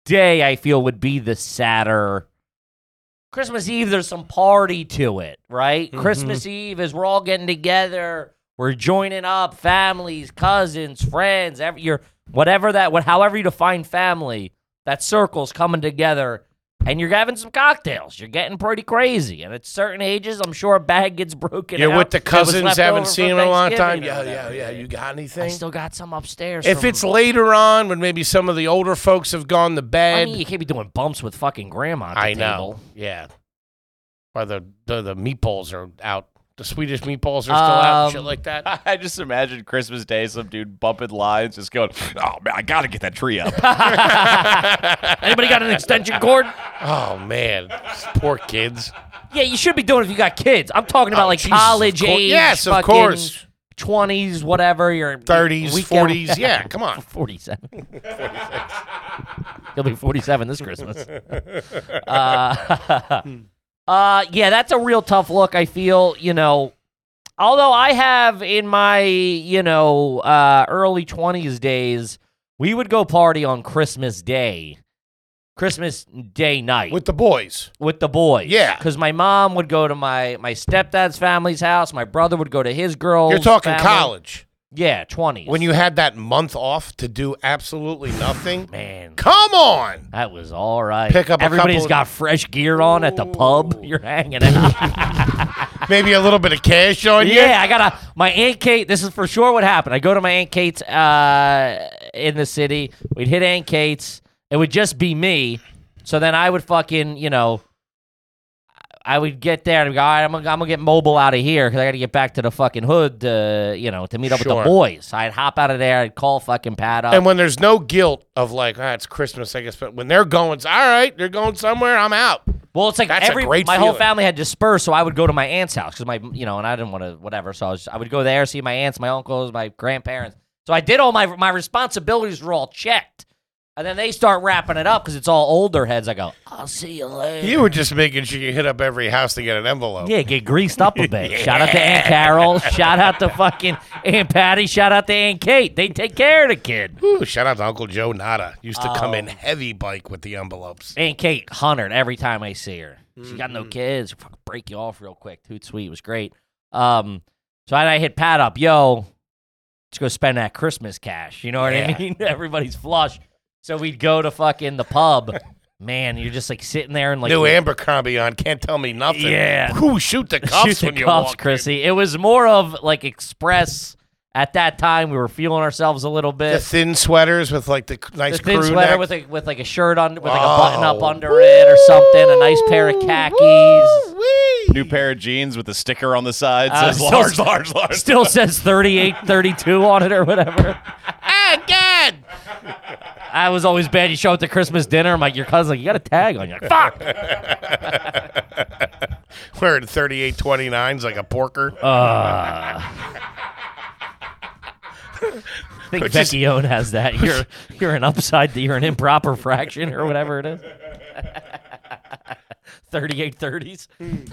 Speaker 2: Day. I feel would be the sadder. Christmas Eve, there's some party to it, right?
Speaker 1: Mm-hmm.
Speaker 2: Christmas Eve is we're all getting together, we're joining up, families, cousins, friends, every, your whatever that, what, however you define family, that circle's coming together, and you're having some cocktails. You're getting pretty crazy, and at certain ages, I'm sure a bag gets broken.
Speaker 1: You're
Speaker 2: out
Speaker 1: with the
Speaker 2: that was
Speaker 1: cousins,
Speaker 2: left
Speaker 1: haven't
Speaker 2: over
Speaker 1: seen
Speaker 2: from
Speaker 1: them in a long time.
Speaker 2: Thanksgiving or
Speaker 1: Yeah, yeah,
Speaker 2: whatever.
Speaker 1: yeah. You got
Speaker 2: I
Speaker 1: anything?
Speaker 2: still got some upstairs.
Speaker 1: If
Speaker 2: from-
Speaker 1: it's later on, when maybe some of the older folks have gone to
Speaker 2: I
Speaker 1: bed,
Speaker 2: mean, you can't be doing bumps with fucking grandma. At the
Speaker 1: I know.
Speaker 2: table.
Speaker 1: Yeah. While the, the the meatballs are out, The Swedish meatballs are still out and shit
Speaker 2: Um,
Speaker 1: like that.
Speaker 4: I just imagine Christmas Day, some dude bumping lines, just going, "Oh man, I gotta get that tree up."
Speaker 2: Anybody got an extension cord?
Speaker 1: Oh man, These poor kids.
Speaker 2: Yeah, you should be doing it if you got kids. I'm talking about
Speaker 1: Oh,
Speaker 2: like
Speaker 1: Jesus, of
Speaker 2: college
Speaker 1: cour-
Speaker 2: age.
Speaker 1: yes, of
Speaker 2: fucking
Speaker 1: course.
Speaker 2: 20s, whatever. Your
Speaker 1: 30s,
Speaker 2: weekend-
Speaker 1: 40s. Yeah, come on.
Speaker 2: 47. He'll be 47 this Christmas. Uh, uh, yeah, that's a real tough look. I feel, you know, although I have in my, you know, uh, early 20s days, we would go party on Christmas Day, Christmas Day night
Speaker 1: With the boys.
Speaker 2: with the boys.
Speaker 1: Yeah.
Speaker 2: because my mom would go to my my stepdad's family's house. My brother would go to his girls.
Speaker 1: You're talking
Speaker 2: family.
Speaker 1: college.
Speaker 2: Yeah, twenties.
Speaker 1: When you had that month off to do absolutely nothing.
Speaker 2: man,
Speaker 1: Come on.
Speaker 2: that was all right.
Speaker 1: Pick up a
Speaker 2: Everybody's
Speaker 1: couple-
Speaker 2: got fresh gear on at the pub. You're hanging out.
Speaker 1: Maybe a little bit of cash on you.
Speaker 2: yeah, I got a my aunt Kate. This is for sure what happened. I go to my aunt Kate's uh, in the city. We'd hit aunt Kate's. It would just be me. So then I would fucking you know. I would get there and I'd go, all right, I'm gonna, I'm gonna get mobile out of here because I got to get back to the fucking hood to, you know, to meet up
Speaker 1: Sure.
Speaker 2: with the boys. I'd hop out of there, I'd call fucking Pat up.
Speaker 1: And when there's no guilt of like, ah, it's Christmas, I guess, but when they're going, it's, all right, they're going somewhere, I'm out.
Speaker 2: well, it's like
Speaker 1: That's a
Speaker 2: every
Speaker 1: great
Speaker 2: my whole
Speaker 1: feeling.
Speaker 2: family had dispersed, so I would go to my aunt's house because my, you know, and I didn't want to whatever, so I was, I would go there, see my aunts, my uncles, my grandparents. So I did all my my responsibilities were all checked, and then they start wrapping it up because it's all older heads. I go, I'll see you later.
Speaker 1: You were just making sure you hit up every house to get an envelope.
Speaker 2: Yeah, get greased up a bit. Shout out to Aunt Carol. Shout out to fucking Aunt Patty. Shout out to Aunt Kate. They take care of the kid.
Speaker 1: Ooh, shout out to Uncle Joe Nada. Used to come
Speaker 2: Oh.
Speaker 1: in heavy bike with the envelopes.
Speaker 2: Aunt Kate, hundred every time I see her. She got
Speaker 1: Mm-hmm.
Speaker 2: no kids. She'll fucking break you off real quick. Toot sweet was great. Um, so I, I hit Pat up, yo, let's go spend that Christmas cash. You know what I
Speaker 1: Yeah.
Speaker 2: mean? Everybody's flush. So we'd go to fucking the pub. Man, you're just like sitting there and like
Speaker 1: New Abercrombie on, can't tell me nothing.
Speaker 2: Yeah.
Speaker 1: Ooh, shoot the
Speaker 2: shoot
Speaker 1: cuffs
Speaker 2: the
Speaker 1: when you
Speaker 2: cuffs,
Speaker 1: walk in.
Speaker 2: Chrissy. It was more of like express. At that time, we were feeling ourselves a little
Speaker 1: The
Speaker 2: bit.
Speaker 1: thin sweaters with like the c- nice
Speaker 2: The thin
Speaker 1: crew
Speaker 2: sweater
Speaker 1: neck.
Speaker 2: with a with like a shirt on with like a
Speaker 1: Oh.
Speaker 2: button up under it or something, a nice pair of khakis.
Speaker 4: New pair of jeans with a sticker on the side
Speaker 2: Uh,
Speaker 4: says
Speaker 2: still-
Speaker 4: "Large, large, large."
Speaker 2: Still says 38, 32 on it or whatever.
Speaker 1: ah, God.
Speaker 2: I was always bad. You show up to Christmas dinner, I'm like, your cousin's like, you got a tag on you. Like, Fuck.
Speaker 1: Wearing 3829s like a porker.
Speaker 2: Uh, I think
Speaker 1: Just-
Speaker 2: Vecchione has that. You're you're an upside, you're an improper fraction or whatever it is. 3830s.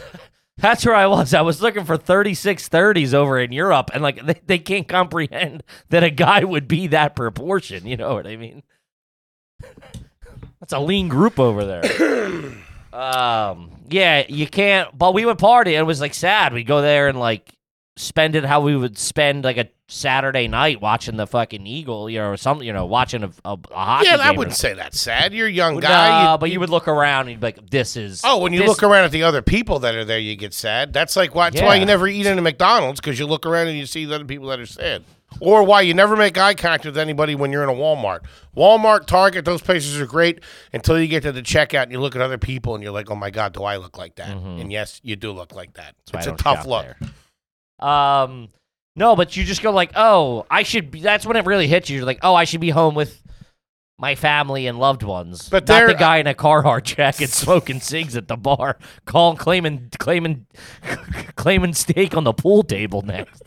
Speaker 2: That's where I was. I was looking for 3630s over in Europe, and like they, they can't comprehend that a guy would be that proportion. You know what I mean? That's a lean group over there. um, yeah, you can't. But we would party, and it was like sad. We'd go there and like spend it how we would spend like a Saturday night watching the fucking Eagle, you know, or something, you know, watching a, a, a hockey
Speaker 1: yeah,
Speaker 2: game.
Speaker 1: I
Speaker 2: or
Speaker 1: wouldn't say that's sad. You're a young
Speaker 2: no,
Speaker 1: guy. you-
Speaker 2: but you would look around and you'd be like, "This is."
Speaker 1: Oh, when you
Speaker 2: this-
Speaker 1: look around at the other people that are there, you get sad. That's like why, that's why
Speaker 2: Yeah.
Speaker 1: you never eat in a McDonald's because you look around and you see the other people that are sad. Or why you never make eye contact with anybody when you're in a Walmart. Walmart, Target, those places are great until you get to the checkout and you look at other people and you're like, oh my God, do I look like that? And yes, you do look like that.
Speaker 2: Mm-hmm. why
Speaker 1: it's a
Speaker 2: I don't
Speaker 1: tough
Speaker 2: shop
Speaker 1: look.
Speaker 2: um, no, but you just go like, "Oh, I should." be That's when it really hits you. You're like, "Oh, I should be home with my family and loved ones."
Speaker 1: But
Speaker 2: not the
Speaker 1: there-
Speaker 2: guy in a Carhartt jacket smoking cigs at the bar, calling claiming claiming claiming steak on the pool table next.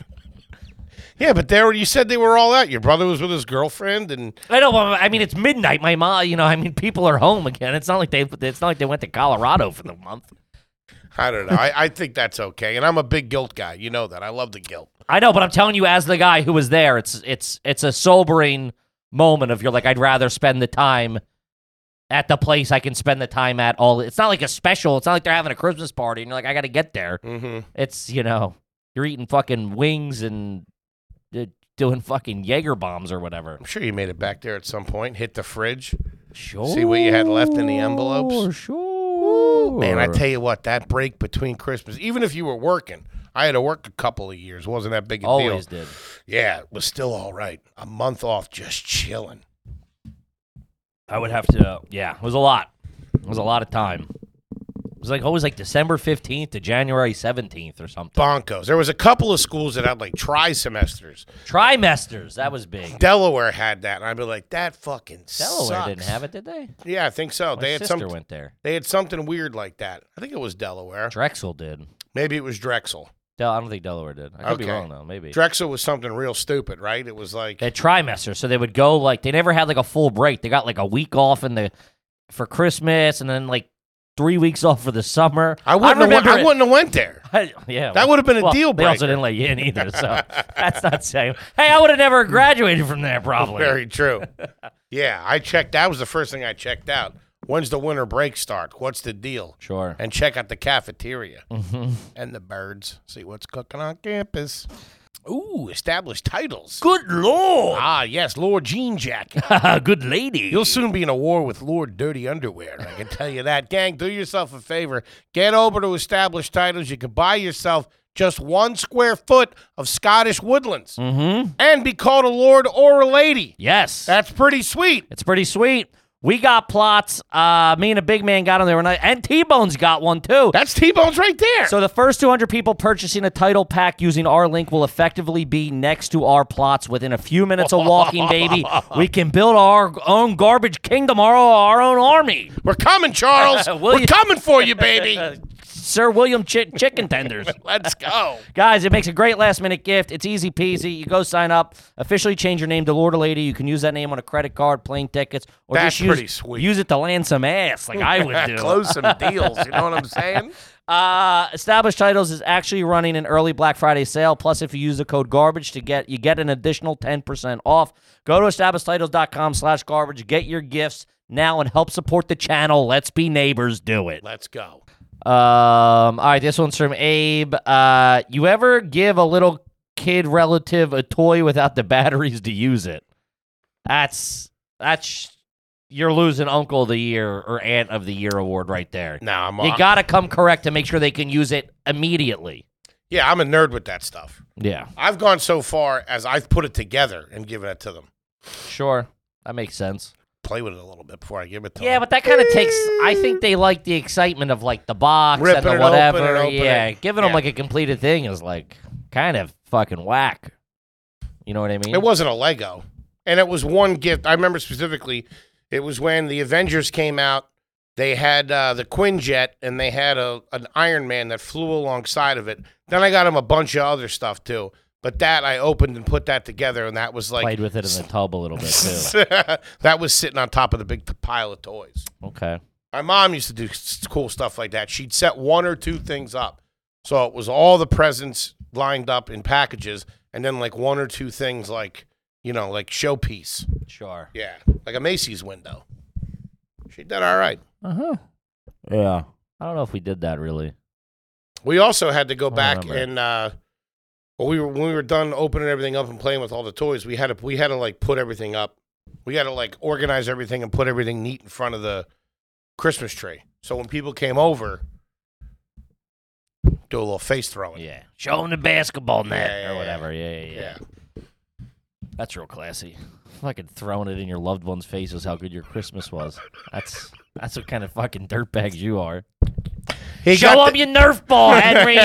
Speaker 1: Yeah, but there you said they were all out. Your brother was with his girlfriend and
Speaker 2: I know. but I mean, it's midnight. My mom, you know, I mean, people are home again. It's not like they. It's not like they went to Colorado for the month.
Speaker 1: I don't know. I, I think that's okay. And I'm a big guilt guy. You know that. I love the guilt.
Speaker 2: I know, but I'm telling you, as the guy who was there, it's it's it's a sobering moment of you're like, I'd rather spend the time at the place I can spend the time at. All it's not like a special. It's not like they're having a Christmas party, and you're like, I got to get there.
Speaker 1: Mm-hmm.
Speaker 2: It's you know, you're eating fucking wings and uh, doing fucking Jaeger bombs or whatever.
Speaker 1: I'm sure you made it back there at some point, hit the fridge.
Speaker 2: Sure.
Speaker 1: what you had left in the envelopes?
Speaker 2: Sure.
Speaker 1: Man, I tell you what, that break between Christmas, even if you were working, I had to work a couple of years. wasn't that big a
Speaker 2: always
Speaker 1: deal.
Speaker 2: did.
Speaker 1: Yeah, it was still all right. A month off, just chilling.
Speaker 2: I would have to. Yeah, it was a lot. It was a lot of time. was like always like December 15th to January 17th or something.
Speaker 1: Bonkos. There was a couple of schools that had like tri semesters.
Speaker 2: Trimesters, that was big.
Speaker 1: Delaware had that, and I'd be like, that fucking
Speaker 2: Delaware
Speaker 1: sucks.
Speaker 2: didn't have it, did they?
Speaker 1: Yeah, I think so.
Speaker 2: My
Speaker 1: they had
Speaker 2: sister
Speaker 1: some.
Speaker 2: went there.
Speaker 1: They had something weird like that. I think it was Delaware.
Speaker 2: Drexel did.
Speaker 1: Maybe it was Drexel.
Speaker 2: Del- I don't think Delaware did. I could be
Speaker 1: Okay.
Speaker 2: wrong though. Maybe
Speaker 1: Drexel was something real stupid, right? It was like
Speaker 2: they had trimester, so they would go like they never had like a full break. They got like a week off in the for Christmas, and then like three weeks off for the summer.
Speaker 1: I wouldn't. have went,
Speaker 2: remember
Speaker 1: I
Speaker 2: it-
Speaker 1: wouldn't have went there.
Speaker 2: yeah,
Speaker 1: That would've been a deal
Speaker 2: They also
Speaker 1: breaker.
Speaker 2: didn't let you in either, so that's not saying. Hey, I would have never graduated from there, probably.
Speaker 1: Very true. yeah, I checked. That was the first thing I checked out. When's the winter break start? What's the deal?
Speaker 2: sure. Mm-hmm.
Speaker 1: And check out the cafeteria
Speaker 2: Mm.
Speaker 1: and the birds. See what's cooking on campus. Ooh, established titles.
Speaker 2: Good lord,
Speaker 1: Ah, yes, Lord Jean Jacket.
Speaker 2: good lady.
Speaker 1: You'll soon be in a war with Lord Dirty Underwear. I can tell you that. Gang, do yourself a favor. Get over to established titles. You can buy yourself just one square foot of Scottish woodlands
Speaker 2: Mm-hmm.
Speaker 1: and be called a lord or a lady.
Speaker 2: yes,
Speaker 1: That's pretty sweet.
Speaker 2: it's pretty sweet. We got plots. Uh, me and a big man got on there one night, and T Bones got one too.
Speaker 1: That's T Bones right there.
Speaker 2: So the first 200 people purchasing a title pack using our link will effectively be next to our plots within a few minutes of walking, baby. We can build our own garbage kingdom, our, our own army.
Speaker 1: We're coming, Charles.
Speaker 2: Will
Speaker 1: We're
Speaker 2: you-
Speaker 1: coming for you, baby.
Speaker 2: Sir William Chi- Chicken Tenders.
Speaker 1: Let's go.
Speaker 2: Guys, it makes a great last minute gift. It's easy peasy. You go sign up, officially change your name to Lord or Lady. You can use that name on a credit card, plane tickets, or
Speaker 1: That's
Speaker 2: just use,
Speaker 1: pretty sweet.
Speaker 2: use it to land some ass like I would do.
Speaker 1: Close some deals. You know what I'm saying?
Speaker 2: Uh, Established Titles is actually running an early Black Friday sale. Plus, if you use the code GARBAGE to get, you get an additional 10% off. Go to establishedtitles.com slash garbage. Get your gifts now and help support the channel. Let's be neighbors. Do it.
Speaker 1: Let's go.
Speaker 2: Um, all right, this one's from Abe. Uh, you ever give a little kid relative a toy without the batteries to use it? That's, that's, you're losing uncle of the year or aunt of the year award right there.
Speaker 1: No, I'm
Speaker 2: You got to come correct to make sure they can use it immediately.
Speaker 1: Yeah, I'm a nerd with that stuff.
Speaker 2: Yeah,
Speaker 1: I've gone so far as I've put it together and given it to them.
Speaker 2: sure. That makes sense.
Speaker 1: Play with it a little bit before I give it to
Speaker 2: Yeah,
Speaker 1: them.
Speaker 2: but that kind of takes. I think they like the excitement of like the box
Speaker 1: Ripping
Speaker 2: and the
Speaker 1: it open
Speaker 2: whatever.
Speaker 1: and open
Speaker 2: yeah,
Speaker 1: it.
Speaker 2: giving them
Speaker 1: Yeah.
Speaker 2: like a completed thing is like kind of fucking whack. You know what I mean?
Speaker 1: It wasn't a Lego. And it was one gift. I remember specifically, it was when the Avengers came out. They had uh, the Quinjet and they had a, an Iron Man that flew alongside of it. Then I got him a bunch of other stuff too. But that I opened and put that together, and that was like
Speaker 2: Played with it in the tub a little bit too.
Speaker 1: that was sitting on top of the big t- pile of toys.
Speaker 2: Okay.
Speaker 1: My mom used to do s- cool stuff like that. She'd set one or two things up. So it was all the presents lined up in packages and then like one or two things like, you know, like showpiece.
Speaker 2: Sure.
Speaker 1: Yeah. Like a Macy's window. She did all right.
Speaker 2: Uh huh. Yeah. I don't know if we did that really.
Speaker 1: We also had to go
Speaker 2: I
Speaker 1: back
Speaker 2: remember.
Speaker 1: and uh when we were when we were done opening everything up and playing with all the toys, we had to we had to like put everything up. We had to like organize everything and put everything neat in front of the Christmas tree. So when people came over, do a little face throwing.
Speaker 2: Yeah. Show them the basketball net
Speaker 1: Yeah, yeah,
Speaker 2: or
Speaker 1: yeah.
Speaker 2: whatever. Yeah, yeah, yeah.
Speaker 1: Yeah.
Speaker 2: That's real classy. Fucking throwing it in your loved ones' faces how good your Christmas was. That's that's what kind of fucking dirtbags you are.
Speaker 1: He
Speaker 2: show
Speaker 1: got
Speaker 2: them your Nerf ball, Henry.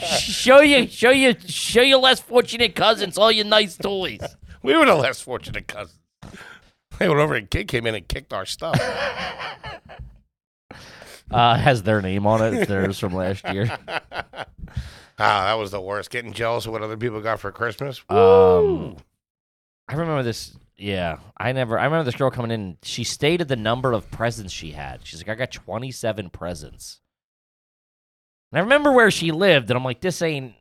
Speaker 2: show you, show you, show your less fortunate cousins all your nice toys.
Speaker 1: the- we were the less fortunate cousins. They went over and kid came in and kicked our stuff.
Speaker 2: Uh, it has their name on it. It's theirs from last year.
Speaker 1: Ah, that was the worst. Getting jealous of what other people got for Christmas.
Speaker 2: Um, I remember this. Yeah, I never. I remember this girl coming in. She stated the number of presents she had. She's like, I got 27 presents. And I remember where she lived, and I'm like, this ain't.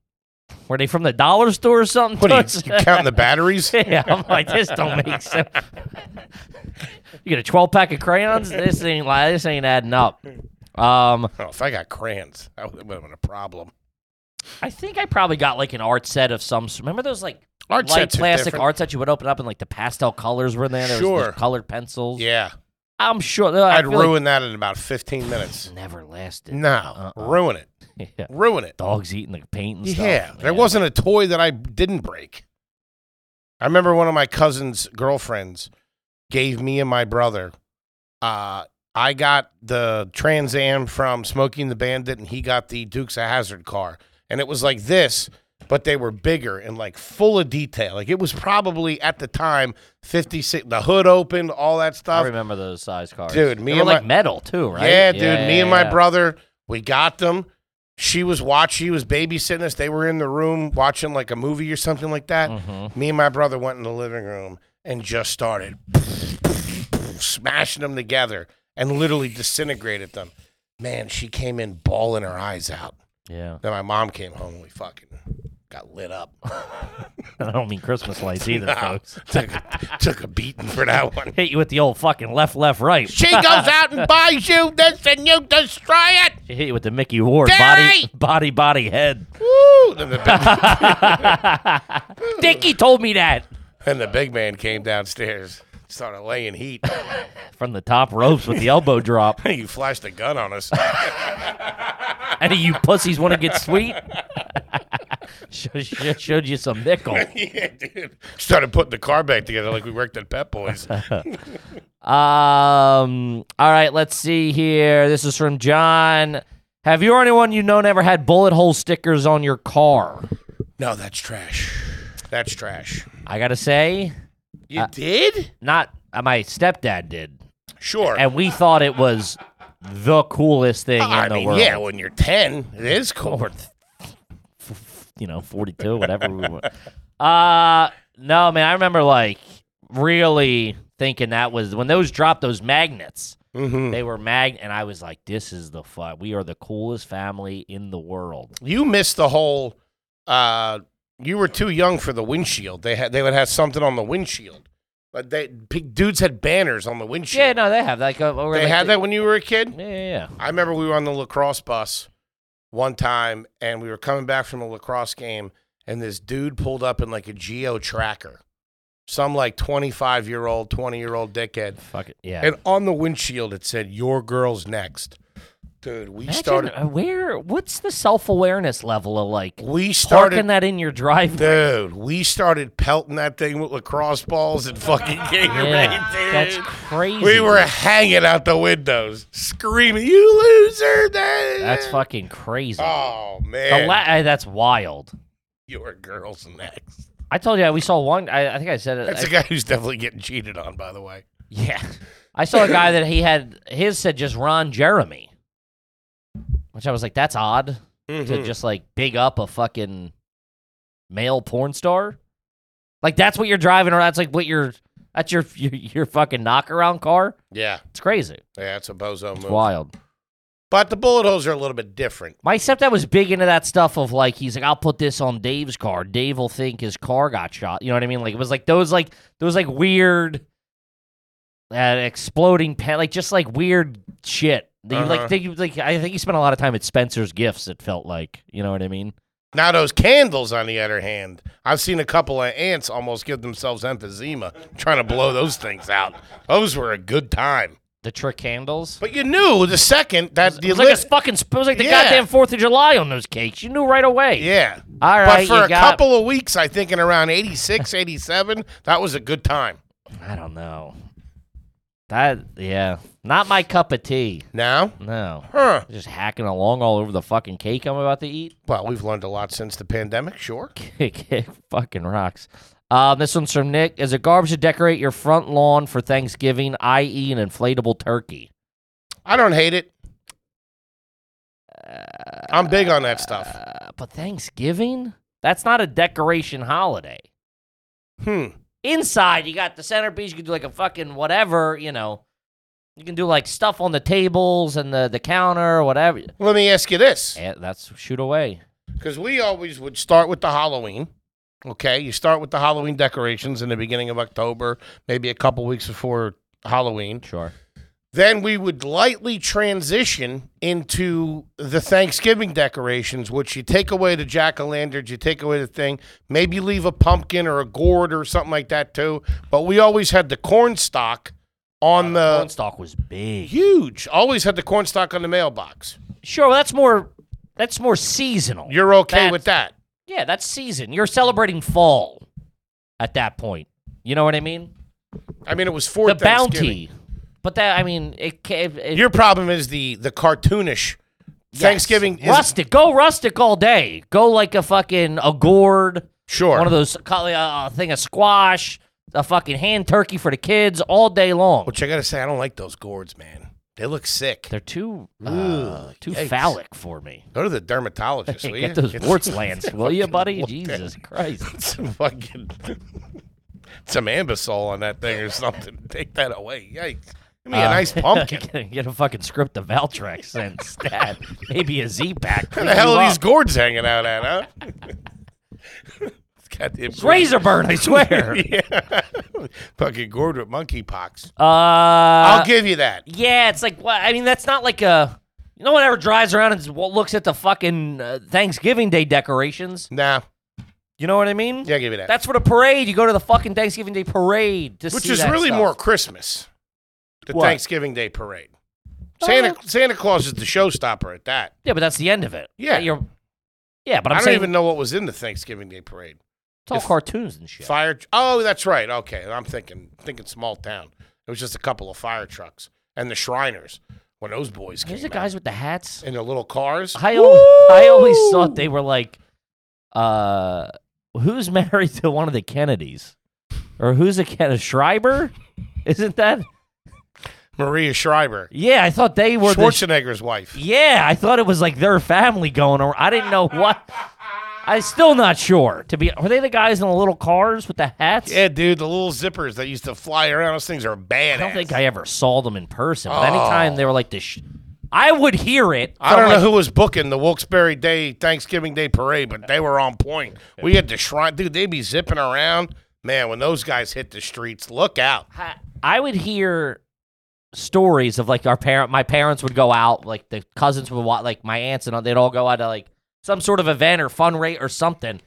Speaker 2: Were they from the dollar store or something?
Speaker 1: What are
Speaker 2: Toots?
Speaker 1: you, you counting the batteries?
Speaker 2: yeah, I'm like, this don't make sense. you get a 12 pack of crayons. This ain't like this ain't adding up. Um,
Speaker 1: Oh, if I got crayons, that would have been a problem.
Speaker 2: I think I probably got like an art set of some. s- Remember those like
Speaker 1: Art
Speaker 2: light
Speaker 1: sets are
Speaker 2: plastic
Speaker 1: different.
Speaker 2: art sets you would open up and like the pastel colors were in there. There was
Speaker 1: Sure.
Speaker 2: the colored pencils.
Speaker 1: Yeah,
Speaker 2: I'm sure. uh, I
Speaker 1: I'd
Speaker 2: feel like
Speaker 1: ruin that in about 15 minutes.
Speaker 2: it never lasted.
Speaker 1: No,
Speaker 2: uh-uh.
Speaker 1: ruin it,
Speaker 2: yeah.
Speaker 1: ruin it.
Speaker 2: Dogs eating the paint and stuff.
Speaker 1: Yeah, there wasn't a toy that I didn't break. I remember one of my cousin's girlfriends gave me and my brother. Uh, I got the Trans Am from Smoking the Bandit, and he got the Dukes of Hazard car, and it was like this, but they were bigger and like full of detail. Like it was probably at the time fifty six, the hood opened, all that
Speaker 2: I
Speaker 1: stuff.
Speaker 2: remember those size cars.
Speaker 1: Dude, me
Speaker 2: they were
Speaker 1: and
Speaker 2: like
Speaker 1: my-
Speaker 2: metal too, right?
Speaker 1: Yeah, dude. me and my
Speaker 2: yeah.
Speaker 1: brother, we got them. She was watching. She was babysitting us. They were in the room watching like a movie or something like that.
Speaker 2: Mm-hmm.
Speaker 1: Me and my brother went in the living room and just started smashing them together and literally disintegrated them. Man, she came in bawling her eyes out.
Speaker 2: Yeah,
Speaker 1: Then my mom came home and we fucking got lit up.
Speaker 2: I don't mean Christmas lights either, folks.
Speaker 1: took, a, took a beating for that one.
Speaker 2: Hit you with the old fucking left, left, right.
Speaker 1: She goes out and buys you this and you destroy it.
Speaker 2: She hit you with the Mickey Ward
Speaker 1: Daddy!
Speaker 2: body, body, body, head.
Speaker 1: Woo! Then the big-
Speaker 2: Dickie told me that
Speaker 1: And the big man came downstairs, started laying heat.
Speaker 2: from the top ropes with the elbow drop.
Speaker 1: he flashed a gun on us.
Speaker 2: Any of you pussies want to get sweet? showed, showed- showed you some nickel.
Speaker 1: yeah, dude. Started putting the car back together like we worked at Pep Boys.
Speaker 2: Um. All right, let's see here. This is from John. Have you or anyone you know never had bullet hole stickers on your car?
Speaker 1: no, that's trash. That's trash. Uh,
Speaker 2: I gotta say,
Speaker 1: You did?
Speaker 2: not uh, my stepdad did,
Speaker 1: Sure.
Speaker 2: and we thought it was the coolest thing
Speaker 1: I
Speaker 2: in the
Speaker 1: mean,
Speaker 2: world.
Speaker 1: yeah, when you're 10, it is cool.
Speaker 2: or th- you know 42 whatever we were. uh no man i remember like really thinking that was when those dropped those magnets
Speaker 1: Mhm.
Speaker 2: they were mag and i was like this is the fun we are the coolest family in the world
Speaker 1: You missed the whole. Uh, you were too young for the windshield. They had they would have something on the windshield, but they p- dudes had banners on the windshield.
Speaker 2: yeah no they have like uh, over
Speaker 1: they
Speaker 2: like
Speaker 1: had
Speaker 2: the-
Speaker 1: that when you were a kid.
Speaker 2: yeah yeah, yeah.
Speaker 1: I remember we were on the lacrosse bus one time and we were coming back from a lacrosse game and this dude pulled up in like a geo tracker. Some like 25 year old, 20 year old dickhead.
Speaker 2: fuck it yeah
Speaker 1: And on the windshield it said, Your girl's next. Dude, we
Speaker 2: Imagine,
Speaker 1: started
Speaker 2: uh, where what's the self-awareness level of like
Speaker 1: we
Speaker 2: parking
Speaker 1: started
Speaker 2: that in your driveway
Speaker 1: Dude, we started pelting that thing with lacrosse balls and fucking Gatorade,
Speaker 2: yeah,
Speaker 1: dude.
Speaker 2: that's crazy
Speaker 1: we were hanging out the windows, screaming, "You loser!"
Speaker 2: that's fucking crazy
Speaker 1: Oh
Speaker 2: the
Speaker 1: man,
Speaker 2: la- uh, that's wild
Speaker 1: your girl's next.
Speaker 2: I told you we saw one. I, I think I said it.
Speaker 1: That's
Speaker 2: Uh, I-
Speaker 1: a guy who's definitely getting cheated on, by the way.
Speaker 2: yeah, I saw a guy that he had his said just Ron Jeremy, which I was like, that's odd
Speaker 1: Mm-hmm.
Speaker 2: to just like big up a fucking male porn star. Like that's what you're driving around. That's like what your that's your your, your fucking knockaround car.
Speaker 1: Yeah,
Speaker 2: It's crazy.
Speaker 1: yeah, it's a bozo
Speaker 2: It's
Speaker 1: move.
Speaker 2: wild.
Speaker 1: But the bullet holes are a little bit different.
Speaker 2: My stepdad was big into that stuff of like he's like I'll put this on Dave's car. Dave will think his car got shot. You know what I mean? Like it was like those like those like weird uh, exploding pen like just like weird shit. That you,
Speaker 1: Uh-huh.
Speaker 2: like think you like I think he spent a lot of time at Spencer's Gifts. It felt like you know what I mean.
Speaker 1: Now those candles, on the other hand, I've seen a couple of ants almost give themselves emphysema trying to blow those things out. Those were a good time.
Speaker 2: The trick candles.
Speaker 1: But you knew the second that
Speaker 2: It
Speaker 1: the
Speaker 2: was like a
Speaker 1: lit-
Speaker 2: fucking sp- it was like the
Speaker 1: Yeah.
Speaker 2: goddamn Fourth of July on those cakes. You knew right away.
Speaker 1: yeah.
Speaker 2: All
Speaker 1: But
Speaker 2: right,
Speaker 1: for
Speaker 2: you
Speaker 1: a
Speaker 2: got-
Speaker 1: couple of weeks, I think in around 86, 87, that was a good time.
Speaker 2: I don't know. That yeah, not my cup of tea.
Speaker 1: Now,
Speaker 2: No.
Speaker 1: huh?
Speaker 2: Just hacking along all over the fucking cake I'm about to eat.
Speaker 1: Well, we've learned a lot since the pandemic, sure.
Speaker 2: Cake fucking rocks. Um, this one's from Nick. Is it garbage to decorate your front lawn for Thanksgiving, i.e., an inflatable turkey?
Speaker 1: I don't hate it. I'm big on that stuff.
Speaker 2: Uh, but Thanksgiving? That's not a decoration holiday.
Speaker 1: Hmm.
Speaker 2: Inside, you got the centerpiece. You can do like a fucking whatever, you know. You can do like stuff on the tables and the, the counter or whatever.
Speaker 1: Let me ask you this
Speaker 2: Yeah, that's shoot away.
Speaker 1: because we always would start with the Halloween. Okay. You start with the Halloween decorations in the beginning of October, maybe a couple weeks before Halloween.
Speaker 2: Sure.
Speaker 1: Then we would lightly transition into the Thanksgiving decorations, which you take away the jack o' lanterns, you take away the thing, maybe leave a pumpkin or a gourd or something like that too. But we always had the corn stalk on the
Speaker 2: Cornstalk was big.
Speaker 1: huge. Always had the corn stalk on the mailbox.
Speaker 2: Sure, well, that's more that's more seasonal.
Speaker 1: You're okay
Speaker 2: That's-
Speaker 1: with that?
Speaker 2: Yeah, that's season. You're celebrating fall at that point. You know what I mean?
Speaker 1: I mean, it was for
Speaker 2: the
Speaker 1: Thanksgiving.
Speaker 2: bounty. But that I mean, it. ca- it, it
Speaker 1: Your problem is the the cartoonish Thanksgiving. Is,
Speaker 2: rustic. Go rustic all day. Go like a fucking a gourd.
Speaker 1: Sure.
Speaker 2: One of those co- uh, thing of squash. A fucking hand turkey for the kids all day long.
Speaker 1: Which I gotta say, I don't like those gourds, man. They look sick.
Speaker 2: They're too uh, too
Speaker 1: yikes.
Speaker 2: phallic for me.
Speaker 1: Go to the dermatologist. will ya?
Speaker 2: Get those warts lanced, will you, buddy? Jesus Christ.
Speaker 1: some fucking some ambisol on that thing or something. Take that away. Yikes. Give
Speaker 2: Uh,
Speaker 1: me a nice pumpkin.
Speaker 2: get, a, get a fucking script of Valtrex and stat. Maybe a Z pack.
Speaker 1: Where the hell are these gourds hanging out at, huh? Goddamn
Speaker 2: razor burn? I swear.
Speaker 1: fucking gourd with monkeypox.
Speaker 2: Uh,
Speaker 1: I'll give you that.
Speaker 2: yeah, it's like well, I mean that's not like a. You know, one ever drives around and s- well, looks at the fucking uh, Thanksgiving Day decorations.
Speaker 1: Nah.
Speaker 2: You know what I mean?
Speaker 1: Yeah, give me that.
Speaker 2: That's for the parade. You go to the fucking Thanksgiving Day parade to
Speaker 1: Which
Speaker 2: see
Speaker 1: is
Speaker 2: that
Speaker 1: really
Speaker 2: stuff.
Speaker 1: more Christmas. The
Speaker 2: What? Uh,
Speaker 1: Thanksgiving Day parade. Santa Santa Claus is the showstopper at that.
Speaker 2: Yeah, but that's the end of it.
Speaker 1: Yeah.
Speaker 2: That you're, yeah, but
Speaker 1: I'm I do
Speaker 2: I'm
Speaker 1: not
Speaker 2: saying
Speaker 1: even know what was in the Thanksgiving Day parade.
Speaker 2: it's all
Speaker 1: if-
Speaker 2: cartoons and shit.
Speaker 1: Fire. tr- Oh, that's right. Okay, I'm thinking thinking small town. It was just a couple of fire trucks and the Shriners when those boys came.
Speaker 2: Here's the
Speaker 1: out
Speaker 2: guys Uh-huh. with the hats.
Speaker 1: in their little cars.
Speaker 2: I, al- I always thought they were like, uh, who's married to one of the Kennedys? Or who's a Kennedy? Schreiber? Isn't that?
Speaker 1: Maria Schreiber,
Speaker 2: Yeah, I thought they were. The
Speaker 1: Schwarzenegger's wife.
Speaker 2: yeah, I thought it was like their family going around. I didn't know what. I'm still not sure. To be, were they the guys in the little cars with the hats?
Speaker 1: Yeah, dude, the little zippers that used to fly around. Those things are badass.
Speaker 2: I don't think I ever saw them in person. But anytime they were like this, sh- I would hear it.
Speaker 1: Oh. I don't
Speaker 2: from,
Speaker 1: know
Speaker 2: like,
Speaker 1: who was booking the Wilkes-Barre Day Thanksgiving Day parade, but they were on point. We had the shrine, dude. They'd be zipping around, man. When those guys hit the streets, look out!
Speaker 2: I, I would hear stories of like our parent my parents would go out like the cousins would wa- like my aunts and all, they'd all go out to like some sort of event or fun rate or something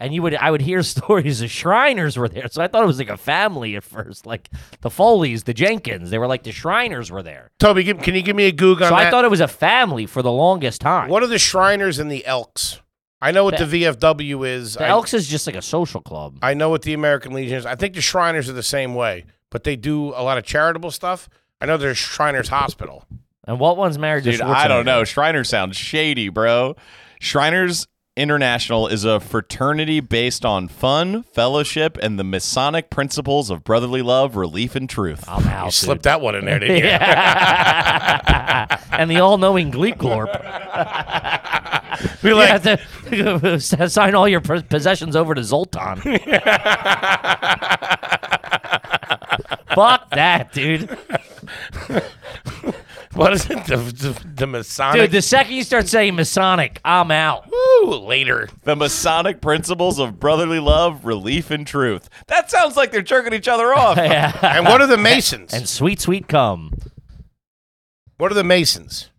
Speaker 2: and you would i would hear stories of shriners were there so i thought it was like a family at first like the foleys the jenkins they were like the shriners were there
Speaker 1: Toby, give, can you give me a goog on
Speaker 2: so
Speaker 1: that?
Speaker 2: i thought it was a family for the longest time
Speaker 1: what are the Shriners and the Elks? I know what the,
Speaker 2: The-
Speaker 1: VFW is.
Speaker 2: the
Speaker 1: I,
Speaker 2: elks is just like a social club
Speaker 1: I know what the American Legion is. I think the Shriners are the same way, but they do a lot of charitable stuff. I know there's Shriners Hospital.
Speaker 2: and what one's married
Speaker 4: Dude,
Speaker 2: to
Speaker 4: I don't
Speaker 2: Schwarzenegger?
Speaker 4: know. Shriners sounds shady, bro. Shriners International is a fraternity based on fun, fellowship, and the Masonic principles of brotherly love, relief, and truth.
Speaker 2: i'm out
Speaker 1: You
Speaker 2: dude.
Speaker 1: slipped that one in there, didn't you?
Speaker 2: Yeah. and the all-knowing Glee Corp.
Speaker 1: Be like,
Speaker 2: You have to sign all your pos- possessions over to Zoltan. Fuck that, dude.
Speaker 1: what is it? The, the, the Masonic.
Speaker 2: Dude, the second you start saying Masonic, I'm out.
Speaker 1: Woo, later.
Speaker 4: The Masonic principles of brotherly love, relief, and truth. That sounds like they're jerking each other off.
Speaker 1: And what are the Masons?
Speaker 2: And sweet, sweet cum.
Speaker 1: what are the Masons?